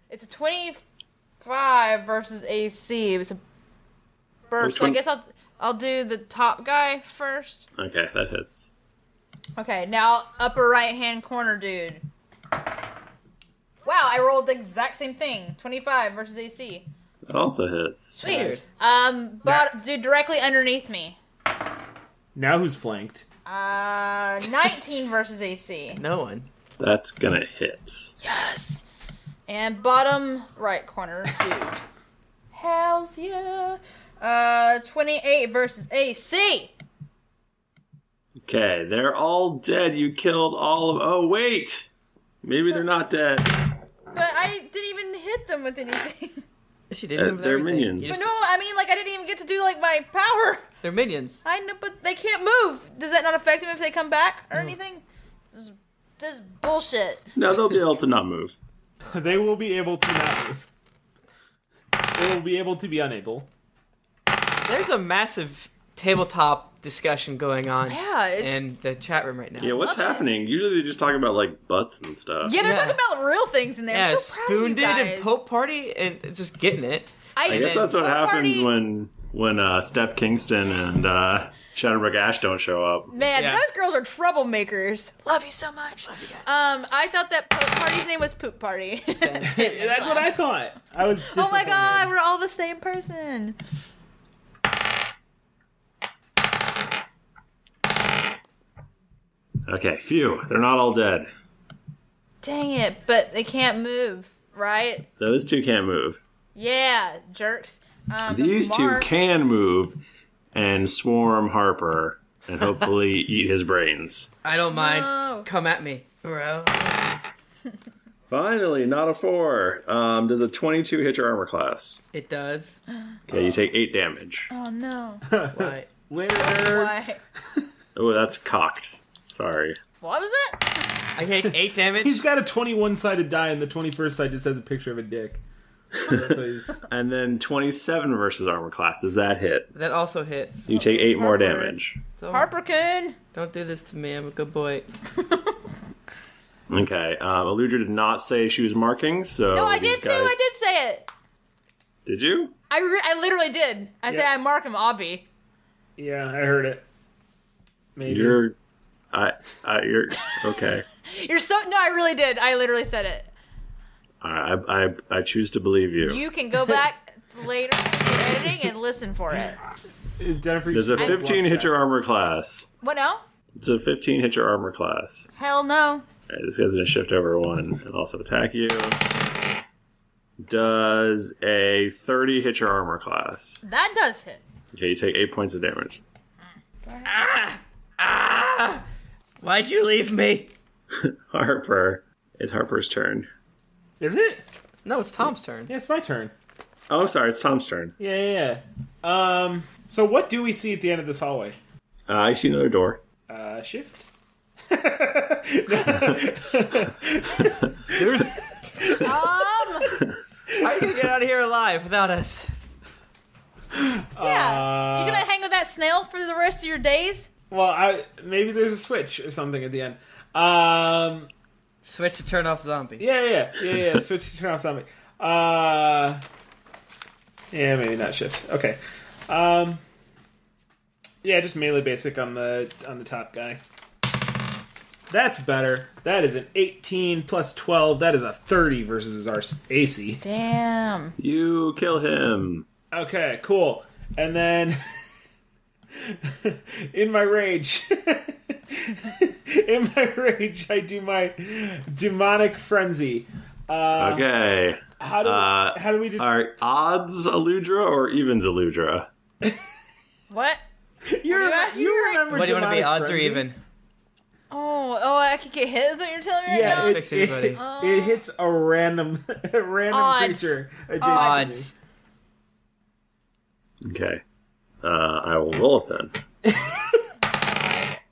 Speaker 2: it's a twenty-five versus AC. It's a burst.
Speaker 1: Which
Speaker 2: So I
Speaker 1: one?
Speaker 2: guess I'll I'll do the top guy first.
Speaker 1: Okay, that hits.
Speaker 2: Okay, now upper right-hand corner, dude. Wow, I rolled the exact same thing. Twenty-five versus AC.
Speaker 1: That also hits.
Speaker 2: Sweet. Um, but dude, directly underneath me.
Speaker 4: Now who's flanked?
Speaker 2: Uh, nineteen versus AC.
Speaker 3: No one.
Speaker 1: That's gonna hit.
Speaker 2: Yes. And bottom right corner, dude. Hells yeah. Uh, 28 versus AC.
Speaker 1: Okay, they're all dead. You killed all of. Oh wait, maybe they're not dead.
Speaker 2: But I didn't even hit them with anything.
Speaker 3: She
Speaker 1: did Uh, move with they're everything. minions. You
Speaker 2: But
Speaker 1: just-
Speaker 2: no, I mean, like, I didn't even get to do, like, my power.
Speaker 3: They're minions.
Speaker 2: I know, but they can't move. Does that not affect them if they come back or anything? This, this is bullshit.
Speaker 1: No, they'll be able to not move.
Speaker 4: (laughs) they will be able to not
Speaker 3: (laughs)
Speaker 4: move. They will be able to be unable.
Speaker 3: There's a massive tabletop discussion going on.
Speaker 2: Yeah, it's-
Speaker 3: in the chat room right now.
Speaker 1: Yeah, what's happening? Usually they just talk about like butts and stuff.
Speaker 2: Yeah, they're talking about real things in there.
Speaker 3: Yeah,
Speaker 2: I'm so proud
Speaker 3: spoon
Speaker 2: of
Speaker 3: did
Speaker 2: you guys.
Speaker 3: and Pope Party and it's just getting it.
Speaker 1: I guess that's what
Speaker 2: Pope
Speaker 1: happens
Speaker 2: Party-
Speaker 1: when when uh, Steph Kingston and uh, Shadowbrook Ash don't show up.
Speaker 2: Man, those girls are troublemakers. Love you so much. Um, I thought that poop party's name was poop party.
Speaker 4: That's what I thought. I was.
Speaker 2: (laughs) oh my god, we're all the same person.
Speaker 1: Okay, phew, they're not all dead.
Speaker 2: Dang it, but they can't move, right?
Speaker 1: Those two can't move.
Speaker 2: Yeah, jerks. Um,
Speaker 1: These two
Speaker 2: Mark-
Speaker 1: can move and swarm Harper and
Speaker 2: (laughs)
Speaker 1: hopefully eat his brains.
Speaker 3: I don't mind. Come at me, bro.
Speaker 1: Finally, not a four. Um, does a 22 hit your armor class?
Speaker 3: It does.
Speaker 1: Okay,
Speaker 2: Uh.
Speaker 1: you take eight damage.
Speaker 2: Oh (laughs) no.
Speaker 3: Why?
Speaker 2: Why?
Speaker 1: Oh, that's cocked. Sorry.
Speaker 2: What was that?
Speaker 3: I take eight damage.
Speaker 4: He's got a twenty-one sided die, and the twenty-first side just has a picture of a dick.
Speaker 1: (laughs) and then 27 versus armor class. Does that hit?
Speaker 3: That also hits.
Speaker 1: You take eight more damage.
Speaker 3: Don't,
Speaker 2: Harper Coon.
Speaker 3: Don't do this to me. I'm a good boy.
Speaker 1: Okay. Um, Eludra did not say she was marking, so.
Speaker 2: no, I
Speaker 1: these
Speaker 2: did too. I did say it.
Speaker 1: did. Did you?
Speaker 2: I, re- I literally did. I say I mark him Obby.
Speaker 4: Yeah, I heard it. Maybe.
Speaker 1: You're. I. I you're. (laughs) Okay.
Speaker 2: You're so no, I really did. I literally said it.
Speaker 1: I, I, I choose to believe you.
Speaker 2: You can go back later to editing and listen for it.
Speaker 4: Jennifer,
Speaker 1: Does a
Speaker 2: I-
Speaker 1: 15 hit your armor class?
Speaker 2: What no?
Speaker 1: Does a 15 hit your armor class?
Speaker 2: Hell no.
Speaker 1: All right, this guy's going to shift over one and also attack you. Does a 30 hit your armor class?
Speaker 2: That does hit.
Speaker 1: Okay, you take 8 points of damage.
Speaker 3: Ah! Why'd you leave me?
Speaker 1: (laughs) Harper. It's Harper's turn.
Speaker 4: Is it?
Speaker 3: No, it's Tom's turn.
Speaker 4: Yeah, it's my turn.
Speaker 1: Oh, I'm sorry, it's Tom's turn.
Speaker 4: Yeah, yeah, yeah. Um. So, what do we see at the end of this hallway?
Speaker 1: Uh, I see another door.
Speaker 4: Uh, shift.
Speaker 3: (laughs) There's.
Speaker 2: Um.
Speaker 3: How are you gonna get out of here alive without us?
Speaker 2: (laughs) Yeah. you gonna hang with that snail for the rest of your days?
Speaker 4: Uh, Well, I maybe there's a switch or something at the end. Um,
Speaker 3: switch to turn off zombie.
Speaker 4: Yeah, yeah, yeah,
Speaker 3: (laughs)
Speaker 4: yeah. switch to turn off zombie. Uh, yeah, maybe not shift. Okay. Um, yeah, just melee basic on the on the top guy. That's better. That is an 18 plus 12. That is a 30 versus our AC.
Speaker 2: Damn.
Speaker 1: You kill him.
Speaker 4: Okay, cool. And then (laughs) in my rage (laughs) in my rage I do my demonic frenzy. Uh,
Speaker 1: okay. Uh,
Speaker 4: how do we- how do we do-
Speaker 1: Are odds Eludra or evens Eludra?
Speaker 2: What?
Speaker 4: You're,
Speaker 2: you asking me
Speaker 4: you
Speaker 2: right-
Speaker 4: remember
Speaker 3: What do you want to be,
Speaker 4: demonic
Speaker 3: odds or
Speaker 4: frenzy?
Speaker 3: even?
Speaker 2: Oh, oh, I could get hit. Is what you're telling me right
Speaker 4: Yeah,
Speaker 2: now? Um,
Speaker 4: it, it- it hits a random (laughs) a random
Speaker 2: Odds.
Speaker 4: creature. adjacent to me.
Speaker 2: Odds.
Speaker 1: Okay. Uh, I will roll it then.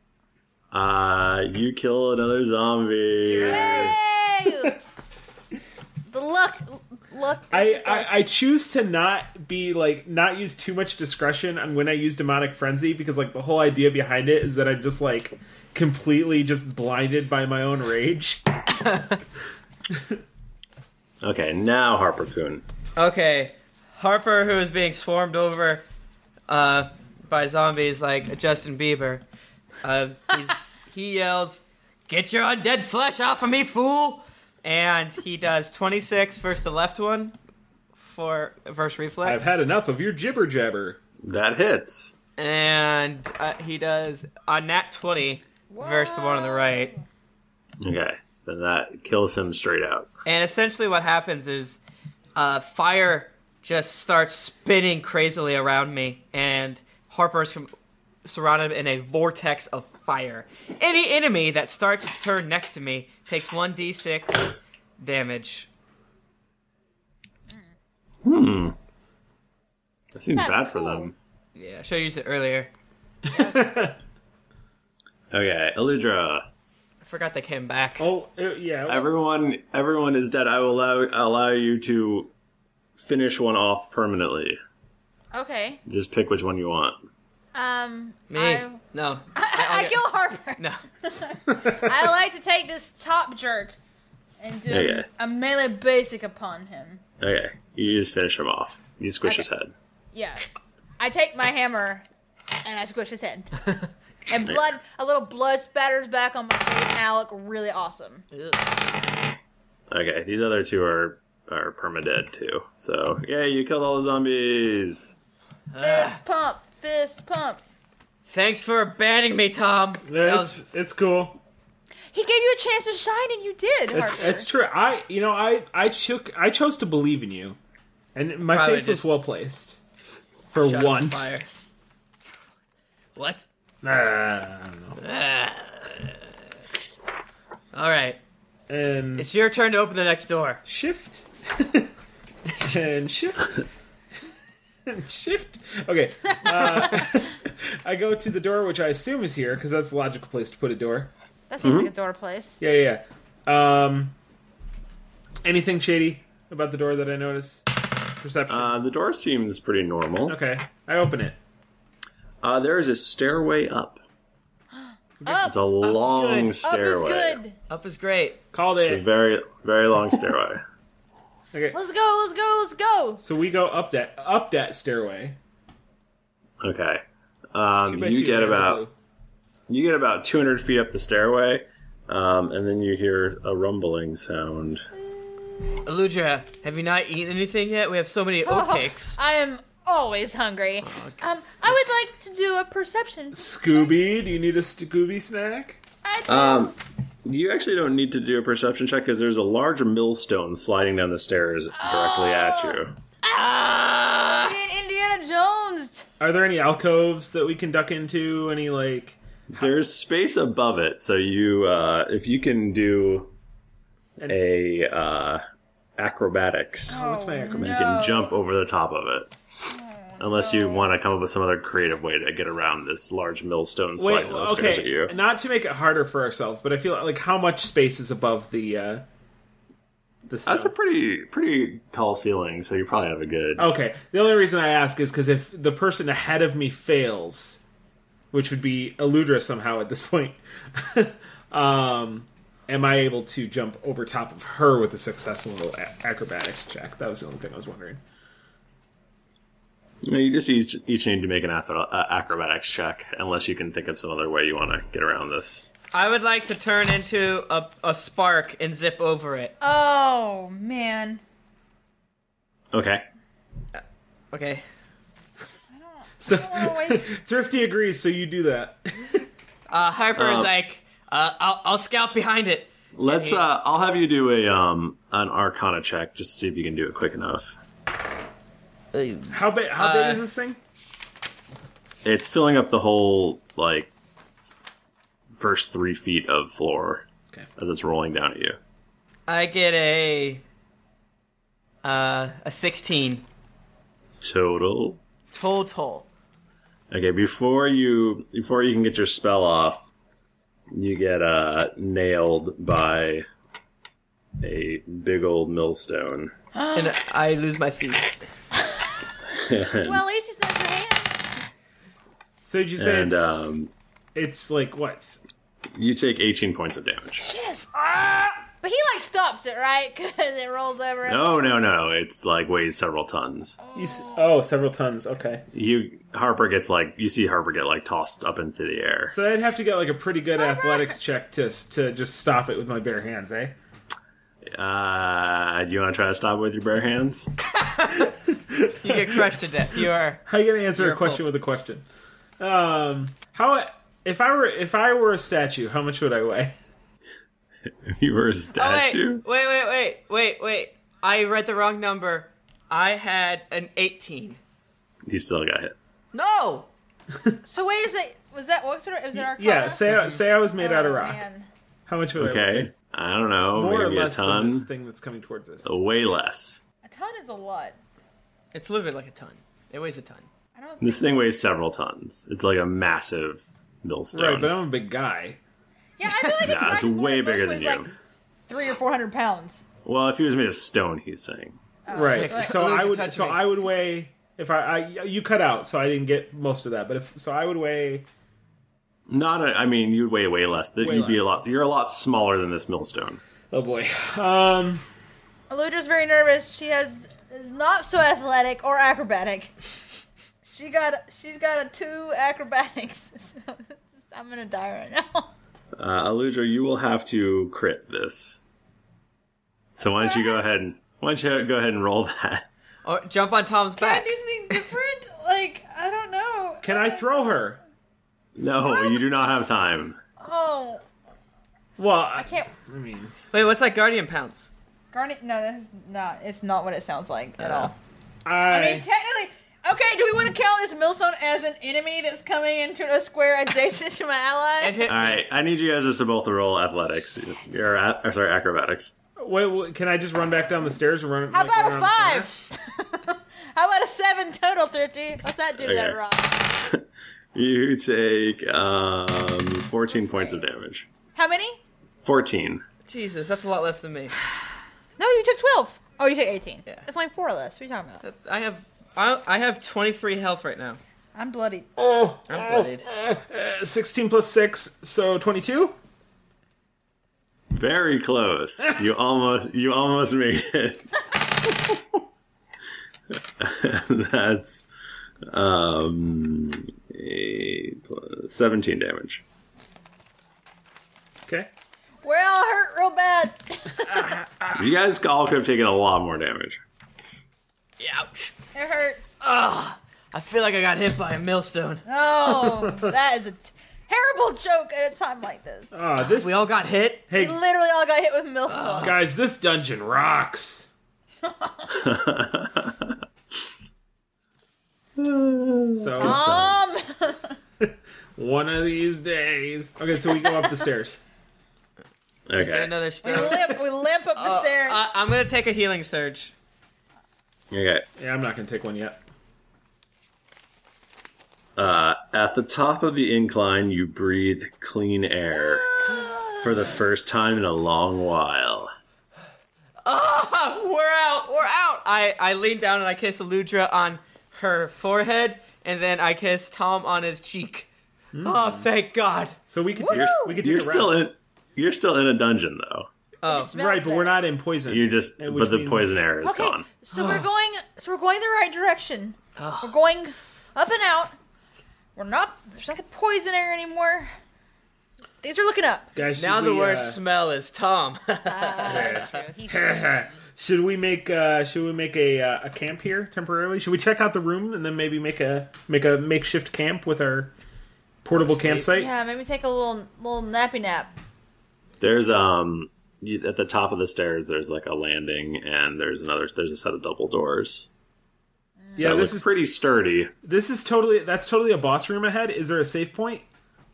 Speaker 3: (laughs)
Speaker 1: uh, you kill another zombie.
Speaker 2: the luck, luck.
Speaker 4: I, I, I choose to not be like not use too much discretion on when I use demonic frenzy because like the whole idea behind it is that I'm just like completely just blinded by my own rage.
Speaker 1: Okay, now Harper Coon.
Speaker 3: Okay, Harper, who is being swarmed over uh, by zombies like Justin Bieber, uh, he's, he yells, "Get your undead flesh off of me, fool!" And he does 26 versus the left one for versus reflex.
Speaker 4: I've had enough of your jibber jabber.
Speaker 1: That hits.
Speaker 3: and uh, he does a nat 20 versus the one on the right.
Speaker 1: Okay, then that kills him straight out.
Speaker 3: And essentially, what happens is uh, fire just starts spinning crazily around me, and Harper's com- surrounded in a vortex of fire. Any enemy that starts its turn next to me takes 1d6 damage.
Speaker 1: Hmm. That seems
Speaker 3: That's
Speaker 1: bad for them.
Speaker 3: Yeah, I should have used it earlier.
Speaker 1: Okay, Eludra.
Speaker 3: I forgot they came back.
Speaker 4: Oh, yeah.
Speaker 1: Everyone, everyone is dead. I will allow allow you to finish one off permanently.
Speaker 2: Okay.
Speaker 1: Just pick which one you want.
Speaker 2: Um.
Speaker 3: Me?
Speaker 2: I,
Speaker 3: No.
Speaker 2: (laughs) I, I kill Harper.
Speaker 3: No.
Speaker 2: (laughs) I like to take this top jerk and do
Speaker 1: Okay.
Speaker 2: a melee basic upon him.
Speaker 1: Okay, you just finish him off. You squish his head.
Speaker 2: Yeah. I take my hammer and I squish his
Speaker 3: (laughs)
Speaker 2: head. and blood, a little blood spatters back on my face, and I look really awesome.
Speaker 1: Okay, these other two are are permadead too. So yeah, you killed all the zombies.
Speaker 2: Fist pump, fist pump.
Speaker 3: Thanks for abandoning me, Tom.
Speaker 4: It's, it's cool.
Speaker 2: He gave you a chance to shine, and you did.
Speaker 4: It's,
Speaker 2: Archer.
Speaker 4: it's true. I you know I I took I chose to believe in you, and my
Speaker 3: Probably
Speaker 4: faith
Speaker 3: just-
Speaker 4: was well placed for
Speaker 3: Shot on
Speaker 4: once.
Speaker 3: fire. What?
Speaker 4: Ah, I don't know.
Speaker 3: All right.
Speaker 4: And
Speaker 3: it's your turn to open the next door.
Speaker 4: Um, Shift. (laughs) and shift. (laughs) shift. Okay. Uh, (laughs) I go to the door, which I assume is here, because that's the logical place to put a door.
Speaker 2: That seems
Speaker 4: Mhm.
Speaker 2: like a door place.
Speaker 4: Yeah, yeah. yeah. Um, anything shady about the door that I notice? Perception.
Speaker 1: Uh, the door seems pretty normal.
Speaker 4: Okay, I open it.
Speaker 1: Uh, there is a stairway up.
Speaker 2: Up.
Speaker 1: It's a long
Speaker 2: Up
Speaker 1: stairway.
Speaker 2: is good.
Speaker 3: Up is great.
Speaker 4: Called
Speaker 1: It's a very very long stairway.
Speaker 4: Okay.
Speaker 2: Let's go. Let's go. Let's go.
Speaker 4: So we go up that up that stairway.
Speaker 1: Okay. Um,
Speaker 4: Two by
Speaker 1: you
Speaker 4: two,
Speaker 1: get
Speaker 4: hands of
Speaker 1: about you get about 200 feet up the stairway, um, and then you hear a rumbling sound.
Speaker 3: Aludra, have you not eaten anything yet? We have so
Speaker 2: (laughs)
Speaker 3: many oat
Speaker 2: Oh,
Speaker 3: cakes.
Speaker 2: I am always hungry. Um, I would like to do a perception.
Speaker 4: Scooby, do you need a Scooby snack?
Speaker 1: Um, you actually don't need to do a perception check because there's a large millstone sliding down the stairs directly at you.
Speaker 2: Fucking Indiana Jones.
Speaker 4: Are there any alcoves that we can duck into? Any like?
Speaker 1: There's space above it, so you uh, if you can do a uh, acrobatics,
Speaker 4: Oh, what's my
Speaker 1: you
Speaker 4: acrobatics?
Speaker 1: can
Speaker 4: no.
Speaker 1: jump over the top of it. Unless you want to come up with some other creative way to get around this large millstone
Speaker 4: Wait,
Speaker 1: sliding down the stairs at
Speaker 4: okay.
Speaker 1: you.
Speaker 4: Not to make it harder for ourselves, but I feel like how much space is above the uh the stone?
Speaker 1: That's a pretty pretty tall ceiling, so you probably have a good.
Speaker 4: Okay. The only reason I ask is because if the person ahead of me fails, which would be Eludra somehow at this point, (laughs) um, am I able to jump over top of her with a successful a- acrobatics check? That was the only thing I was wondering.
Speaker 1: You, know, you just each, each need to make an ath- uh, acrobatics check, unless you can think of some other way you want to get around this.
Speaker 3: I would like to turn into a, a spark and zip over it.
Speaker 2: Oh man.
Speaker 1: Okay.
Speaker 3: Okay.
Speaker 4: So
Speaker 2: waste-
Speaker 4: (laughs) Thrifty agrees, so you do that.
Speaker 3: Uh, Harper
Speaker 1: Um,
Speaker 3: is like, uh, I'll, I'll scout behind it.
Speaker 1: Let's. Uh, I'll have you do a um an Arcana check just to see if you can do it quick enough.
Speaker 4: How big? How
Speaker 3: Uh,
Speaker 4: big is this thing?
Speaker 1: It's filling up the whole like first three feet of floor as it's rolling down at you.
Speaker 3: I get a uh, a 16
Speaker 1: Total.
Speaker 3: total.
Speaker 1: Okay, before you before you can get your spell off, you get uh nailed by a big old millstone.
Speaker 3: and I lose
Speaker 1: (laughs)
Speaker 3: my feet.
Speaker 2: Well, at least he's not your hand.
Speaker 4: So did you say
Speaker 1: and
Speaker 4: it's
Speaker 1: um,
Speaker 4: it's like what?
Speaker 1: you take eighteen points of damage.
Speaker 2: Shit. But he like stops it right (laughs) because it rolls over. him.
Speaker 1: No, no, no! It's like weighs several tons.
Speaker 4: You s- oh, several tons. Okay.
Speaker 1: You Harper gets like you see Harper get like tossed up into the air.
Speaker 4: So I'd have to get like a pretty good athletics check to to just stop it with my bare hands, eh?
Speaker 1: Uh, do you want to try to stop it with your bare hands? (laughs)
Speaker 3: You get crushed
Speaker 4: (laughs)
Speaker 3: to death. You are.
Speaker 4: How you gonna answer
Speaker 3: You're
Speaker 4: a question with a question? Um, how if I were if I were a statue, how much would I weigh?
Speaker 1: if you were a
Speaker 3: Oh, wait,
Speaker 1: statue,
Speaker 3: wait, wait, wait, wait, wait. I read the wrong number. I had an 18.
Speaker 1: you still got hit.
Speaker 3: No.
Speaker 2: So wait, is it was that what sort of was it Arcana?
Speaker 4: Yeah, say I- say I was made out of rock.
Speaker 2: Oh, Man.
Speaker 4: How much would I weigh?
Speaker 1: Okay, I don't know,
Speaker 4: More or
Speaker 1: maybe a
Speaker 4: less than this
Speaker 1: ton,
Speaker 4: thing that's coming towards
Speaker 2: (laughs)
Speaker 4: us.
Speaker 1: way less.
Speaker 2: A ton is a lot.
Speaker 3: It's literally like a ton. It weighs a ton.
Speaker 1: This thing weighs several tons. It's like a massive millstone.
Speaker 4: Right, but I'm a big guy.
Speaker 2: Yeah, I feel
Speaker 1: (laughs)
Speaker 2: like
Speaker 1: nah, it's way bigger than
Speaker 2: weighs
Speaker 1: you.
Speaker 2: like three or four hundred pounds.
Speaker 1: Well, if he was made of stone, he's saying.
Speaker 4: right.
Speaker 2: Right.
Speaker 4: So
Speaker 2: Don't
Speaker 4: I
Speaker 2: you
Speaker 4: would
Speaker 2: touch
Speaker 4: so
Speaker 2: me.
Speaker 4: I would weigh if I, I you cut out, so I didn't get most of that. But if so, I would weigh
Speaker 1: Not, a, I mean, you'd weigh way less. That
Speaker 4: Way
Speaker 1: you'd be a
Speaker 4: less.
Speaker 1: lot. You're a lot smaller than this millstone.
Speaker 4: Oh boy. Um,
Speaker 2: Eludra's very nervous. She has is not so athletic or acrobatic. She got she's got a two acrobatics. (laughs) So this is, I'm gonna die right now.
Speaker 1: Uh, Aludra, you will have to crit this. So why don't you go ahead and why don't you go ahead and roll that?
Speaker 3: Or jump on Tom's
Speaker 2: Can I
Speaker 3: back.
Speaker 2: do something different? Like I don't know.
Speaker 4: Can I throw her?
Speaker 1: No, you do not have time.
Speaker 2: Oh,
Speaker 4: Well,
Speaker 2: I can't.
Speaker 4: I mean,
Speaker 3: wait, what's that guardian pounce?
Speaker 2: Garnet, no, that's not. It's not what it sounds like at all. I mean,
Speaker 3: Uh, I
Speaker 2: technically, okay. Do we want to count this millstone as an enemy that's coming into a square adjacent to my
Speaker 1: All
Speaker 2: ally?
Speaker 1: right, I need you guys just to both roll athletics. Or, a- or sorry, acrobatics.
Speaker 4: Wait, wait, can I just run back down the stairs and run?
Speaker 2: How
Speaker 4: like, around
Speaker 2: about
Speaker 4: the
Speaker 2: a
Speaker 4: corner?
Speaker 2: five? (laughs) How about a seven total, Thrifty? Let's not do
Speaker 1: Okay.
Speaker 2: that wrong.
Speaker 1: You take um, 14 points of damage.
Speaker 2: How many?
Speaker 1: 14.
Speaker 3: Jesus, that's a lot less than me.
Speaker 2: No, you took twelve. Oh, you took eighteen. That's only four less. What are you talking about?
Speaker 3: I have I, I have 23 health right now.
Speaker 2: I'm bloody.
Speaker 4: Oh,
Speaker 3: I'm
Speaker 4: oh,
Speaker 3: bloodied.
Speaker 4: uh, sixteen plus six, so twenty-two.
Speaker 1: Very close.
Speaker 4: (laughs)
Speaker 1: You almost you almost made it. (laughs) That's um, eight plus- 17 damage.
Speaker 2: We're all hurt real bad. (laughs)
Speaker 1: You guys all could have taken a lot more damage.
Speaker 3: Ouch.
Speaker 2: It hurts.
Speaker 3: Ugh. Ah, I feel like I got hit by a millstone. (laughs)
Speaker 2: Oh, that is a t- terrible joke at a time like this.
Speaker 3: Uh,
Speaker 4: Ah, this we
Speaker 3: all got hit.
Speaker 4: Hey,
Speaker 2: We literally all got hit with
Speaker 3: Uh,
Speaker 2: millstone.
Speaker 4: guys, this dungeon rocks. So
Speaker 2: Tom.
Speaker 4: (laughs) one of these days. Okay, so we go up the stairs.
Speaker 1: Okay.
Speaker 3: Is there another stone?
Speaker 2: limp, we limp up the stairs.
Speaker 3: Uh, I, I'm gonna take a healing surge.
Speaker 1: Okay.
Speaker 4: Yeah, I'm not gonna take one yet.
Speaker 1: Uh, at the top of the incline, you breathe clean
Speaker 3: (gasps)
Speaker 1: air for the first time in a long while.
Speaker 3: Ah, we're out. We're out. I, I lean down and I kiss Aludra on her forehead, and then I kiss Tom on his cheek.
Speaker 4: Hmm.
Speaker 3: Oh, thank God.
Speaker 4: So we can
Speaker 1: You're, you're still in. You're still in a dungeon, though.
Speaker 3: Oh,
Speaker 4: right, but we're not in poison.
Speaker 1: You're just,
Speaker 4: which
Speaker 1: but the
Speaker 4: means-
Speaker 1: poison air is
Speaker 2: Okay,
Speaker 1: gone.
Speaker 2: So
Speaker 3: uh.
Speaker 2: we're going. So we're going the right direction. We're going up and out. We're not. There's not the poison air anymore. Things are looking up.
Speaker 4: Guys,
Speaker 3: now
Speaker 4: should
Speaker 3: the
Speaker 4: we,
Speaker 3: worst
Speaker 4: uh,
Speaker 3: smell is Tom.
Speaker 4: (laughs) should we make uh, should we make a uh, a camp here temporarily? Should we check out the room and then maybe make a make a makeshift camp with our portable campsite?
Speaker 2: Yeah, maybe take a little little nappy nap.
Speaker 1: There's um you, at the top of the stairs. There's like a landing, and there's another. There's a set of double doors.
Speaker 4: Yeah,
Speaker 1: That
Speaker 4: this
Speaker 1: look
Speaker 4: is-
Speaker 1: pretty sturdy.
Speaker 4: This is totally that's totally a boss room ahead. Is there a safe point?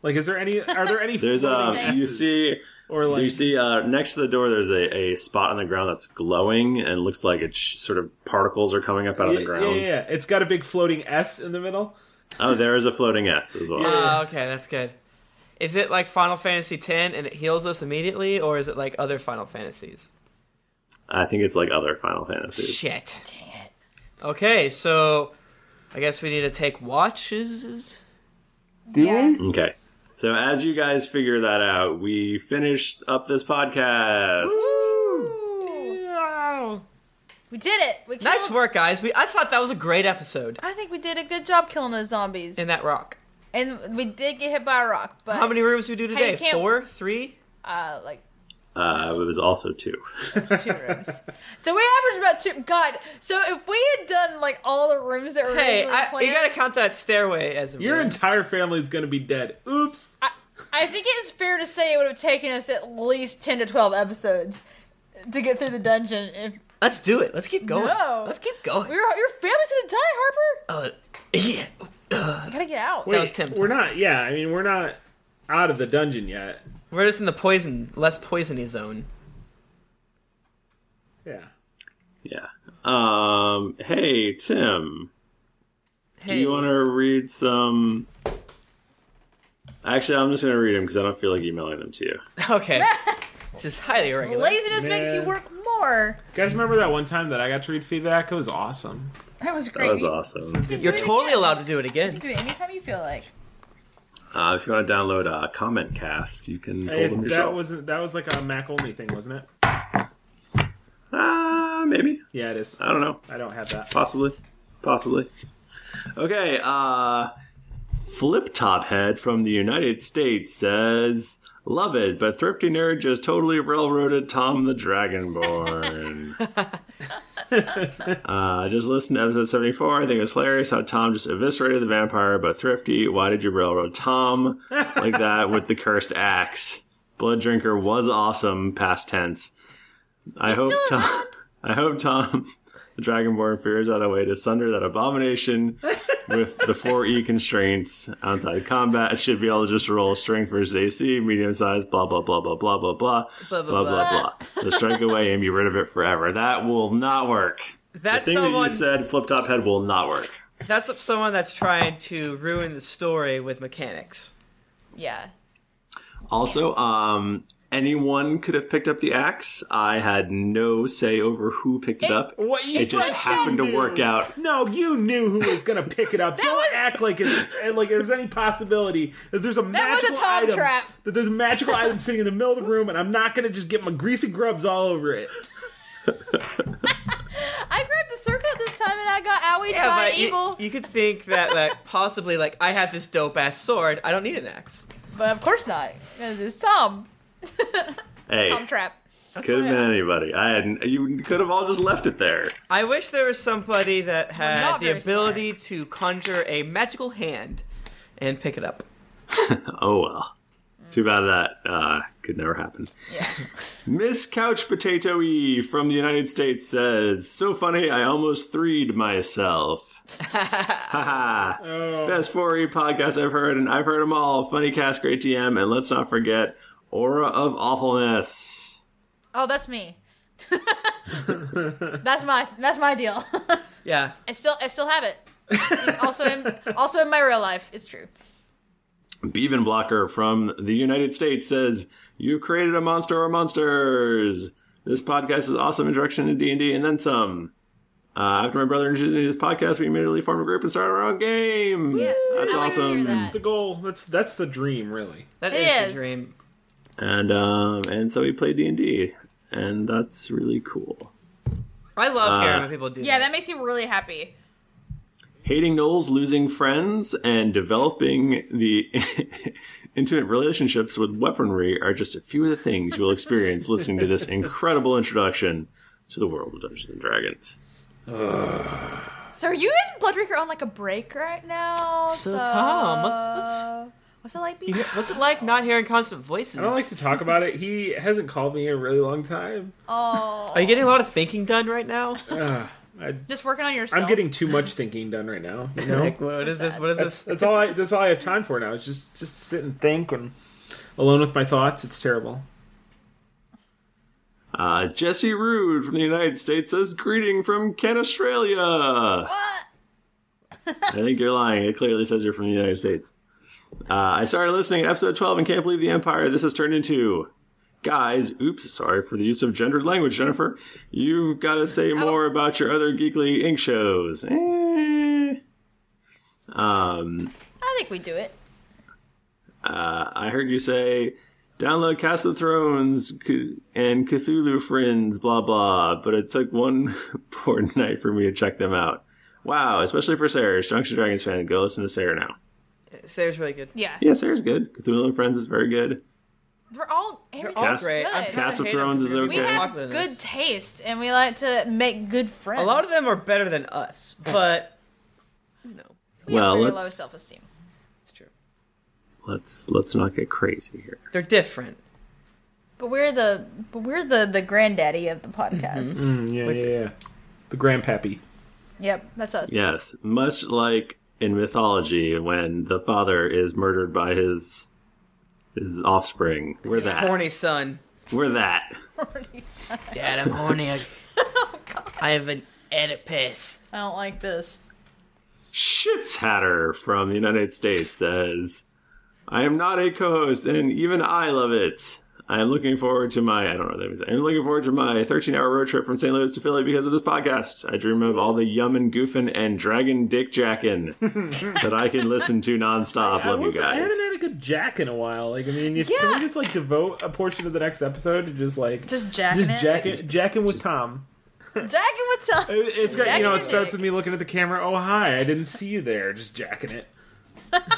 Speaker 4: Like, is there any? Are there
Speaker 1: (laughs)
Speaker 4: any?
Speaker 1: There's
Speaker 4: floating
Speaker 1: um you
Speaker 4: S's?
Speaker 1: see
Speaker 4: or like
Speaker 1: you see uh next to the door. There's a a spot on the ground that's glowing and looks like it's sort of particles are coming up out of the
Speaker 4: yeah,
Speaker 1: ground.
Speaker 4: yeah, yeah. It's got a big floating S in the middle.
Speaker 1: Oh, there is a floating S as well.
Speaker 3: Ah, okay, that's good. Is it like Final Fantasy X and it heals us immediately, or is it like other Final Fantasies?
Speaker 1: I think it's like other Final Fantasies.
Speaker 3: Shit. Dang it. Okay, so I guess we need to take watches.
Speaker 1: Okay. So as you guys figure that out, we finished up this podcast.
Speaker 2: We did it. We killed,
Speaker 3: Nice work, guys. We I thought that was a great episode.
Speaker 2: I think we did a good job killing those zombies.
Speaker 3: In that rock.
Speaker 2: And we did get hit by a rock. But
Speaker 3: How many rooms we do
Speaker 2: Hey,
Speaker 3: today?
Speaker 2: you can't-
Speaker 3: Four, three.
Speaker 2: Uh, like
Speaker 1: Uh, it was also two.
Speaker 2: two rooms. So we averaged about two. God. So if we had done like all the rooms that were
Speaker 3: Hey,
Speaker 2: originally
Speaker 3: I,
Speaker 2: planned,
Speaker 3: you gotta count that stairway as a
Speaker 4: Your
Speaker 3: room.
Speaker 4: entire family's gonna be dead. Oops.
Speaker 2: I think it's fair to say it would have taken us at least 10 to 12 episodes to get through the dungeon. If
Speaker 3: Let's do it. Let's keep going.
Speaker 2: No.
Speaker 3: Let's keep going.
Speaker 2: Your, your family's gonna die, Harper.
Speaker 3: Uh, yeah. Uh,
Speaker 2: You gotta get out.
Speaker 4: Wait, We're not. Yeah, I mean, we're not out of the dungeon yet.
Speaker 3: We're just in the poison, less poisony zone. (laughs)
Speaker 4: Yeah.
Speaker 1: Yeah. Um. Hey, Tim. Do
Speaker 3: Hey.
Speaker 1: you want to read some? Actually, I'm just gonna read them because I don't feel like emailing them to you.
Speaker 3: Okay. this is highly irregular.
Speaker 2: Laziness makes you
Speaker 4: Man.
Speaker 2: work more.
Speaker 4: You guys remember that one time that I got to read feedback? It was awesome.
Speaker 2: That was great.
Speaker 1: awesome.
Speaker 3: You're totally allowed to do it
Speaker 2: You
Speaker 3: again.
Speaker 2: can do it anytime you feel like.
Speaker 1: Uh, if you want to download uh, Comment Cast, you can pull
Speaker 4: Hey,
Speaker 1: them
Speaker 4: that
Speaker 1: yourself.
Speaker 4: wasn't. That was like a Mac only thing, wasn't it?
Speaker 1: Uh, maybe.
Speaker 4: Yeah, it is.
Speaker 1: Uh, I don't know.
Speaker 4: I don't have that.
Speaker 1: Possibly. Possibly. Okay, uh Flip Top Head from the United States says Love it, but Thrifty Nerd just totally railroaded Tom the Dragonborn. (laughs) uh, just listen to episode 74. I think it's hilarious how Tom just eviscerated the vampire, but Thrifty, why did you railroad Tom like that with the cursed axe? Blood Drinker was awesome, past tense. I hope Tom. (laughs) I hope Tom, the Dragonborn, figures out a way to sunder that abomination with the four E constraints outside combat. It should be able to just roll strength versus AC, medium size, blah blah blah blah blah blah blah
Speaker 3: Blah, blah,
Speaker 1: blah blah
Speaker 3: blah.
Speaker 1: blah. So strike away and be rid of it forever. That will not work.
Speaker 3: That's
Speaker 1: the thing that
Speaker 3: someone-
Speaker 1: you said, flip top head, will not work.
Speaker 3: That's someone that's trying to ruin the story with mechanics.
Speaker 2: Yeah.
Speaker 1: Also, um, anyone could have picked up the axe. I had no say over who picked it, up.
Speaker 4: What you
Speaker 1: it just
Speaker 4: what you
Speaker 1: happened to
Speaker 4: knew.
Speaker 1: work out.
Speaker 4: No, you knew who was gonna pick it
Speaker 2: (laughs)
Speaker 4: up. Don't act like it's like there's any possibility that there's a
Speaker 2: was a
Speaker 4: magical
Speaker 2: Tom
Speaker 4: item
Speaker 2: trap.
Speaker 4: that there's a magical item sitting in the middle of the room, and I'm not gonna just get my greasy grubs all over
Speaker 2: (laughs)
Speaker 4: it.
Speaker 2: I grabbed the circlet this time and I got owie
Speaker 3: Yeah,
Speaker 2: by
Speaker 3: but
Speaker 2: an eagle.
Speaker 3: you, you could think that
Speaker 2: (laughs)
Speaker 3: like possibly like I have this dope ass sword. I don't need an axe.
Speaker 2: But of course not. 'cause it's Tom.
Speaker 1: Hey,
Speaker 2: Tom Trap.
Speaker 1: could have been anybody. I hadn't. You could have all just left it there.
Speaker 3: I wish there was somebody that had
Speaker 2: not
Speaker 3: the
Speaker 2: very
Speaker 3: ability to conjure a magical hand and pick it up.
Speaker 1: (laughs) Oh well. Too bad that uh, could never happen. (laughs) Miss Couch Potato E from the United States says, "So funny, I almost threed
Speaker 3: (laughs)
Speaker 1: myself." Haha.
Speaker 4: Oh,
Speaker 1: Best 4E podcast I've heard, and I've heard them all. Funny cast, great DM, and let's not forget Aura of Awfulness.
Speaker 2: Oh, that's me. (laughs) that's my that's my deal. (laughs)
Speaker 3: Yeah.
Speaker 2: I still I still have it. And also in also in my real life, it's true.
Speaker 1: Beaven Blocker from the United States says, "You created a monster or monsters." This podcast is awesome introduction to D and D and then some. Uh, after my brother introduced me to this podcast, we immediately formed a group and started our own game. Yes, that's awesome.
Speaker 4: That's the goal. That's that's the dream, really.
Speaker 3: That
Speaker 2: It is the is.
Speaker 3: dream.
Speaker 1: And um, and so we played D and D, and that's really cool.
Speaker 3: I love
Speaker 1: Uh,
Speaker 3: hearing when people do
Speaker 2: Yeah, that makes me really happy.
Speaker 1: hating Knowles, losing friends, and developing the (laughs) intimate relationships with weaponry are just a few of the things you will experience listening to this incredible introduction to the world of Dungeons and Dragons.
Speaker 2: So are you and Blood Drinker on like a break right now?
Speaker 3: So, Tom, what's- what's-
Speaker 2: what's it like
Speaker 3: You
Speaker 2: being
Speaker 3: hear- What's it like not hearing constant voices?
Speaker 4: I don't like to talk about it. He hasn't called me in a really long time.
Speaker 2: (laughs) Oh
Speaker 3: Are you getting a lot of thinking done right now?
Speaker 4: Ugh, I,
Speaker 2: (laughs) just working on yourself.
Speaker 4: I'm getting too much thinking done right now. You know?
Speaker 3: (laughs) Like, what is this? What is
Speaker 4: that's,
Speaker 3: this?
Speaker 4: That's all. I, that's all I have time for now. Is just just sit and think and alone with my thoughts. It's terrible.
Speaker 1: Uh, Jesse Rude from the United States says, Greeting from Ken, Australia. What? I think you're lying. It clearly says you're from the United States. Uh, I started listening at episode 12 and can't believe the empire this has turned into. Guys, oops, sorry for the use of gendered language, Jennifer. You've got to say more about your other Geekly Ink shows. Eh. Um,
Speaker 2: I think we do it.
Speaker 1: uh, I heard you say, download Cast of Thrones C- and Cthulhu Friends, blah, blah, but it took one (laughs) poor night for me to check them out. Wow, especially for Sarah, Strunks and Dragons fan. Go listen to Sarah now.
Speaker 3: Sarah's really good.
Speaker 2: Yeah.
Speaker 1: Yeah, Sarah's good. Cthulhu and Friends is very good.
Speaker 2: They're all everything's
Speaker 1: all great.
Speaker 2: good.
Speaker 1: I'm kinda Cast of hating Thrones is
Speaker 2: We
Speaker 1: okay.
Speaker 2: have good taste and we like to make good friends.
Speaker 3: A lot of them are better than us, but
Speaker 2: we
Speaker 1: well,
Speaker 2: have very low
Speaker 1: let's-
Speaker 2: self esteem.
Speaker 1: Let's let's not get crazy here.
Speaker 3: they're different.
Speaker 2: But we're the but we're the the granddaddy of the
Speaker 1: Mm-hmm.
Speaker 2: podcast.
Speaker 3: Mm-hmm.
Speaker 4: Mm, yeah, yeah, yeah. The grandpappy.
Speaker 2: Yep, that's us. (laughs)
Speaker 1: Yes, much like in mythology when the father is murdered by his his offspring. We're
Speaker 3: His
Speaker 1: that.
Speaker 3: Horny son.
Speaker 1: We're that.
Speaker 3: Dad, I'm
Speaker 1: (laughs)
Speaker 3: horny. I, I have an Oedipus.
Speaker 2: I don't like this.
Speaker 1: Shits Hatter from the United States says, I am not a co host, and even I love it. I am looking forward to my, I don't know what that means. I'm looking forward to my 13 hour road trip from St. Louis to Philly because of this podcast. I dream of all the yum and goofin' and dragon dick jackin' (laughs) that I can listen to nonstop.
Speaker 4: I,
Speaker 1: Love you
Speaker 4: was, I
Speaker 1: guys.
Speaker 4: haven't had a good jack in a while. Like, I mean, if, can we just like devote a portion of the next episode to just like
Speaker 2: Just jacking
Speaker 4: just
Speaker 2: it?
Speaker 4: jack it, jacking with Tom?
Speaker 2: Jack would tell.
Speaker 4: It's got
Speaker 2: Jack
Speaker 4: you know
Speaker 2: and
Speaker 4: it starts
Speaker 2: Nick.
Speaker 4: with me looking at the camera. Oh hi, I didn't see you there. Just jacking it.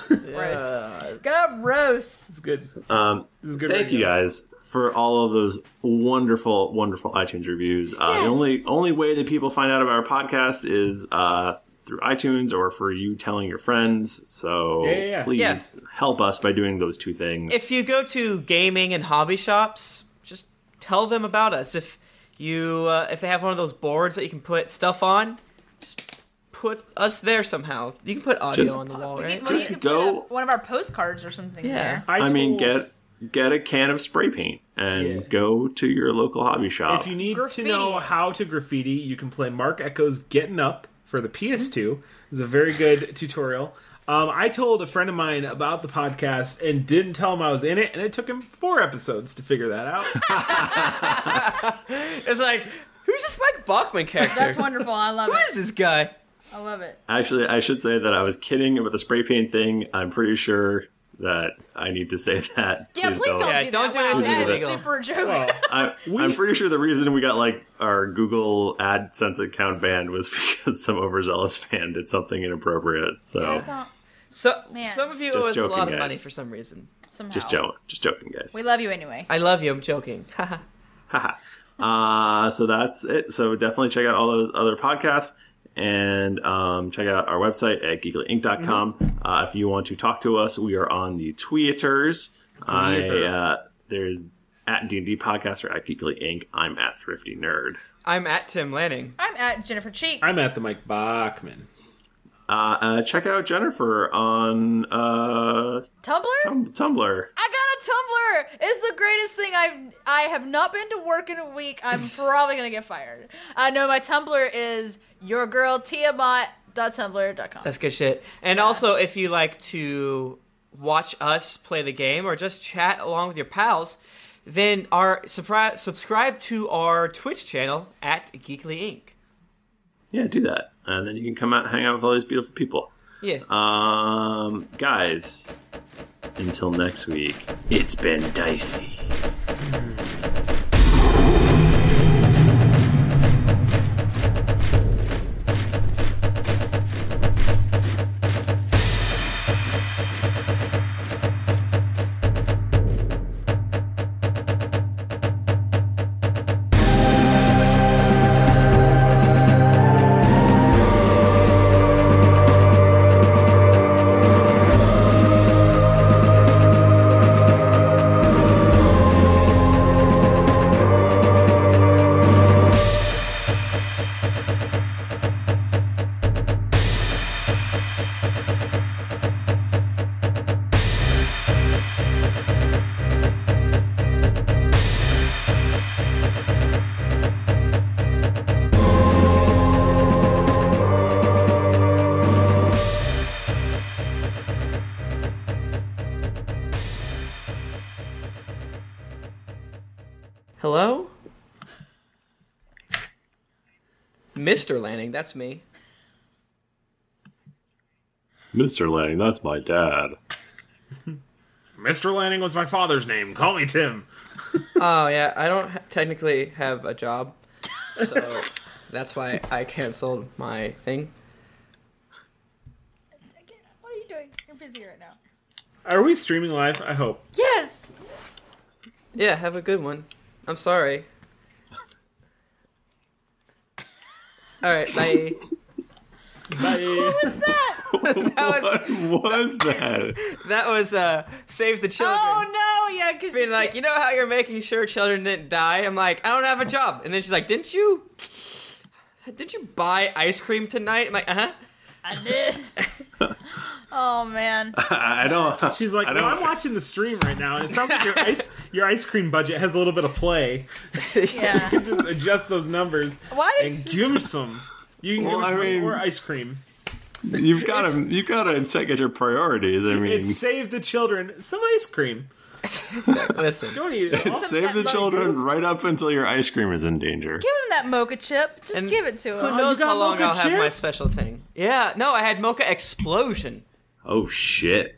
Speaker 2: Gross. Gross.
Speaker 4: It's good.
Speaker 1: Um,
Speaker 4: good
Speaker 1: thank you guys for all of those wonderful, wonderful iTunes reviews. Uh, The only only way that people find out about our podcast is uh, through iTunes or for you telling your friends. So
Speaker 3: Yeah, yeah, yeah.
Speaker 1: please
Speaker 3: Yeah.
Speaker 1: help us by doing those two things.
Speaker 3: If you go to gaming and hobby shops, just tell them about us. If you uh, if they have one of those boards that you can put stuff on, just put us there somehow. You can put audio
Speaker 1: Just-
Speaker 3: on the wall,
Speaker 2: We
Speaker 3: right?
Speaker 2: could- well, you could put
Speaker 1: go-
Speaker 2: up one of our postcards or something there.
Speaker 1: I, mean, get get a can of spray paint and go to your local hobby shop.
Speaker 4: If you need to know how to graffiti, you can play Mark Echo's Getting Up for the PS2. It's a very good (laughs) tutorial. Um, I told a friend of mine about the podcast and didn't tell him I was in it, and it took him four episodes to figure that out.
Speaker 3: it's like, who's this Mike
Speaker 2: (laughs)
Speaker 3: Bachman character?
Speaker 2: That's wonderful. I love it.
Speaker 3: This guy.
Speaker 2: I love it.
Speaker 1: Actually, I should say that I was kidding about the spray paint thing. I'm pretty sure that I need to say (laughs) that.
Speaker 2: (laughs) Yeah, please don't, do that. Wow,
Speaker 1: Please
Speaker 2: that
Speaker 1: do
Speaker 2: is
Speaker 1: that.
Speaker 2: super joke.
Speaker 1: I, I'm pretty sure the reason we got like our Google AdSense account banned was (laughs) because some overzealous fan did something inappropriate. So
Speaker 3: So some of you
Speaker 1: Just
Speaker 3: owe us a
Speaker 1: joking,
Speaker 3: lot
Speaker 1: guys.
Speaker 3: of money for some reason.
Speaker 2: Somehow.
Speaker 1: just joking, just joking, guys.
Speaker 2: We love you anyway.
Speaker 3: I love you. I'm joking. (laughs)
Speaker 1: Haha. uh, so that's it. So definitely check out all those other podcasts and um, check out our website at geeklyinc.com.
Speaker 3: Mm-hmm.
Speaker 1: Uh, if you want to talk to us, we are on the Tweeters. I,
Speaker 3: Twitter.
Speaker 1: uh, there's at D&D Podcast or at Geekly Inc. I'm at Thrifty Nerd.
Speaker 3: I'm at Tim Lanning.
Speaker 2: I'm at Jennifer Cheek.
Speaker 4: I'm at the Mike Bachman.
Speaker 1: Uh, uh, check out Jennifer on uh,
Speaker 2: Tumblr?
Speaker 1: Tum- Tumblr.
Speaker 2: I got a Tumblr. It's the greatest thing I've I have not been to work in a week. I'm probably gonna get fired. I know my Tumblr is yourgirltiamat.tumblr.com.
Speaker 3: That's good shit. And also, if you like to watch us play the game or just chat along with your pals, then our subscribe subscribe to our Twitch channel at Geekly Inc.
Speaker 1: Yeah, do that. And then you can come out and hang out with all these beautiful people.
Speaker 3: Yeah.
Speaker 1: Um, guys, until next week, it's been dicey.
Speaker 3: Hello? Mr. Lanning, that's me.
Speaker 1: Mr. Lang, that's my dad.
Speaker 4: Mr. Lanning was my father's name. Call me Tim.
Speaker 3: (laughs) Oh, yeah, I don't ha- technically have a job,
Speaker 4: (laughs)
Speaker 3: so that's why I canceled my thing.
Speaker 2: What are you doing? You're busy right now.
Speaker 4: Are we streaming live? I hope.
Speaker 2: Yes.
Speaker 3: Yeah, have a good one. I'm sorry. All right, bye.
Speaker 4: What
Speaker 2: was that?
Speaker 3: that was
Speaker 1: what (laughs) was that?
Speaker 3: (laughs) That was uh, save the children.
Speaker 2: Oh no, yeah, because
Speaker 3: being like, you know how you're making sure children didn't die. I'm like, I don't have a job, and then she's like, didn't you? Did you buy ice cream tonight? I'm like, uh huh.
Speaker 2: I did. (laughs) oh man.
Speaker 1: I
Speaker 3: (laughs)
Speaker 1: don't.
Speaker 4: She's like,
Speaker 2: I don't-
Speaker 4: "Well, I'm watching the stream right now, and it sounds like your ice your ice cream budget has a little bit of play.
Speaker 2: (laughs) Yeah.
Speaker 4: you can just adjust those numbers
Speaker 2: Why did-
Speaker 4: and give 'em some. You can
Speaker 1: Well,
Speaker 4: give 'em
Speaker 1: I
Speaker 4: some
Speaker 1: mean-
Speaker 4: more ice cream.
Speaker 1: You've got to, you've got to set get your priorities. I mean,
Speaker 4: It's save the children some ice cream.
Speaker 3: Listen,
Speaker 4: don't eat it. all.
Speaker 1: (laughs) save the (laughs) children right up until your ice cream is in danger.
Speaker 2: Give him that mocha chip. Just give it to him.
Speaker 3: Who knows how long I'll have my special thing? Yeah, no, I had mocha explosion.
Speaker 1: Oh shit!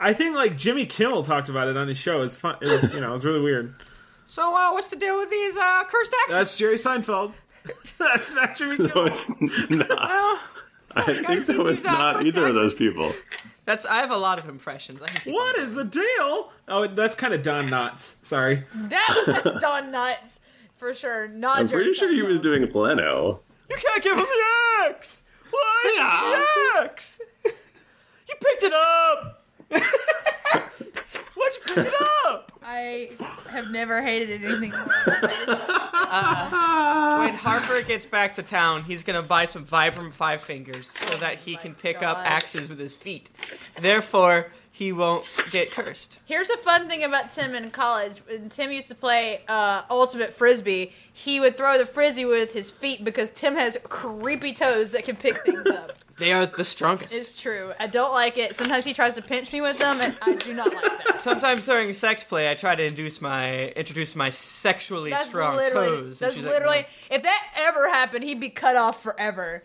Speaker 4: I think like Jimmy Kimmel talked about it on his show. It's fun. It was you know it was really weird.
Speaker 3: (laughs) So, uh, what's the deal with these uh, cursed accents?
Speaker 4: That's Jerry Seinfeld. That's not
Speaker 1: (laughs)
Speaker 4: Jimmy
Speaker 1: No, it's
Speaker 4: (laughs)
Speaker 1: not. I think that was
Speaker 3: he's out
Speaker 1: not
Speaker 3: from
Speaker 1: either of those people.
Speaker 3: That's I have a lot of impressions. I can keep
Speaker 4: What is the deal? Oh, that's kind of Don Knotts. Sorry.
Speaker 2: That was Don Nuts for sure. Not
Speaker 1: I'm pretty
Speaker 2: Jerry
Speaker 1: sure he was doing Leno.
Speaker 3: You can't give him the axe. Why
Speaker 2: Yeah.
Speaker 3: the axe? You picked it up. Why'd you pick it up?
Speaker 2: I have never hated
Speaker 3: When
Speaker 2: anything.
Speaker 3: Harper gets back to town, he's gonna buy some Vibram Five Fingers so that he can pick
Speaker 2: Oh
Speaker 3: up axes with his feet. Therefore, he won't get cursed.
Speaker 2: Here's a fun thing about Tim in college. When Tim used to play uh, ultimate frisbee, he would throw the frisbee with his feet because Tim has creepy toes that can pick things up.
Speaker 3: They are the strongest.
Speaker 2: It's true. I don't like it. Sometimes he tries to pinch me with them, and I do not like that.
Speaker 3: Sometimes during sex play, I try to induce my introduce my sexually
Speaker 2: That's
Speaker 3: strong
Speaker 2: literally.
Speaker 3: toes.
Speaker 2: that's literally. If that ever happened, he'd be cut off forever.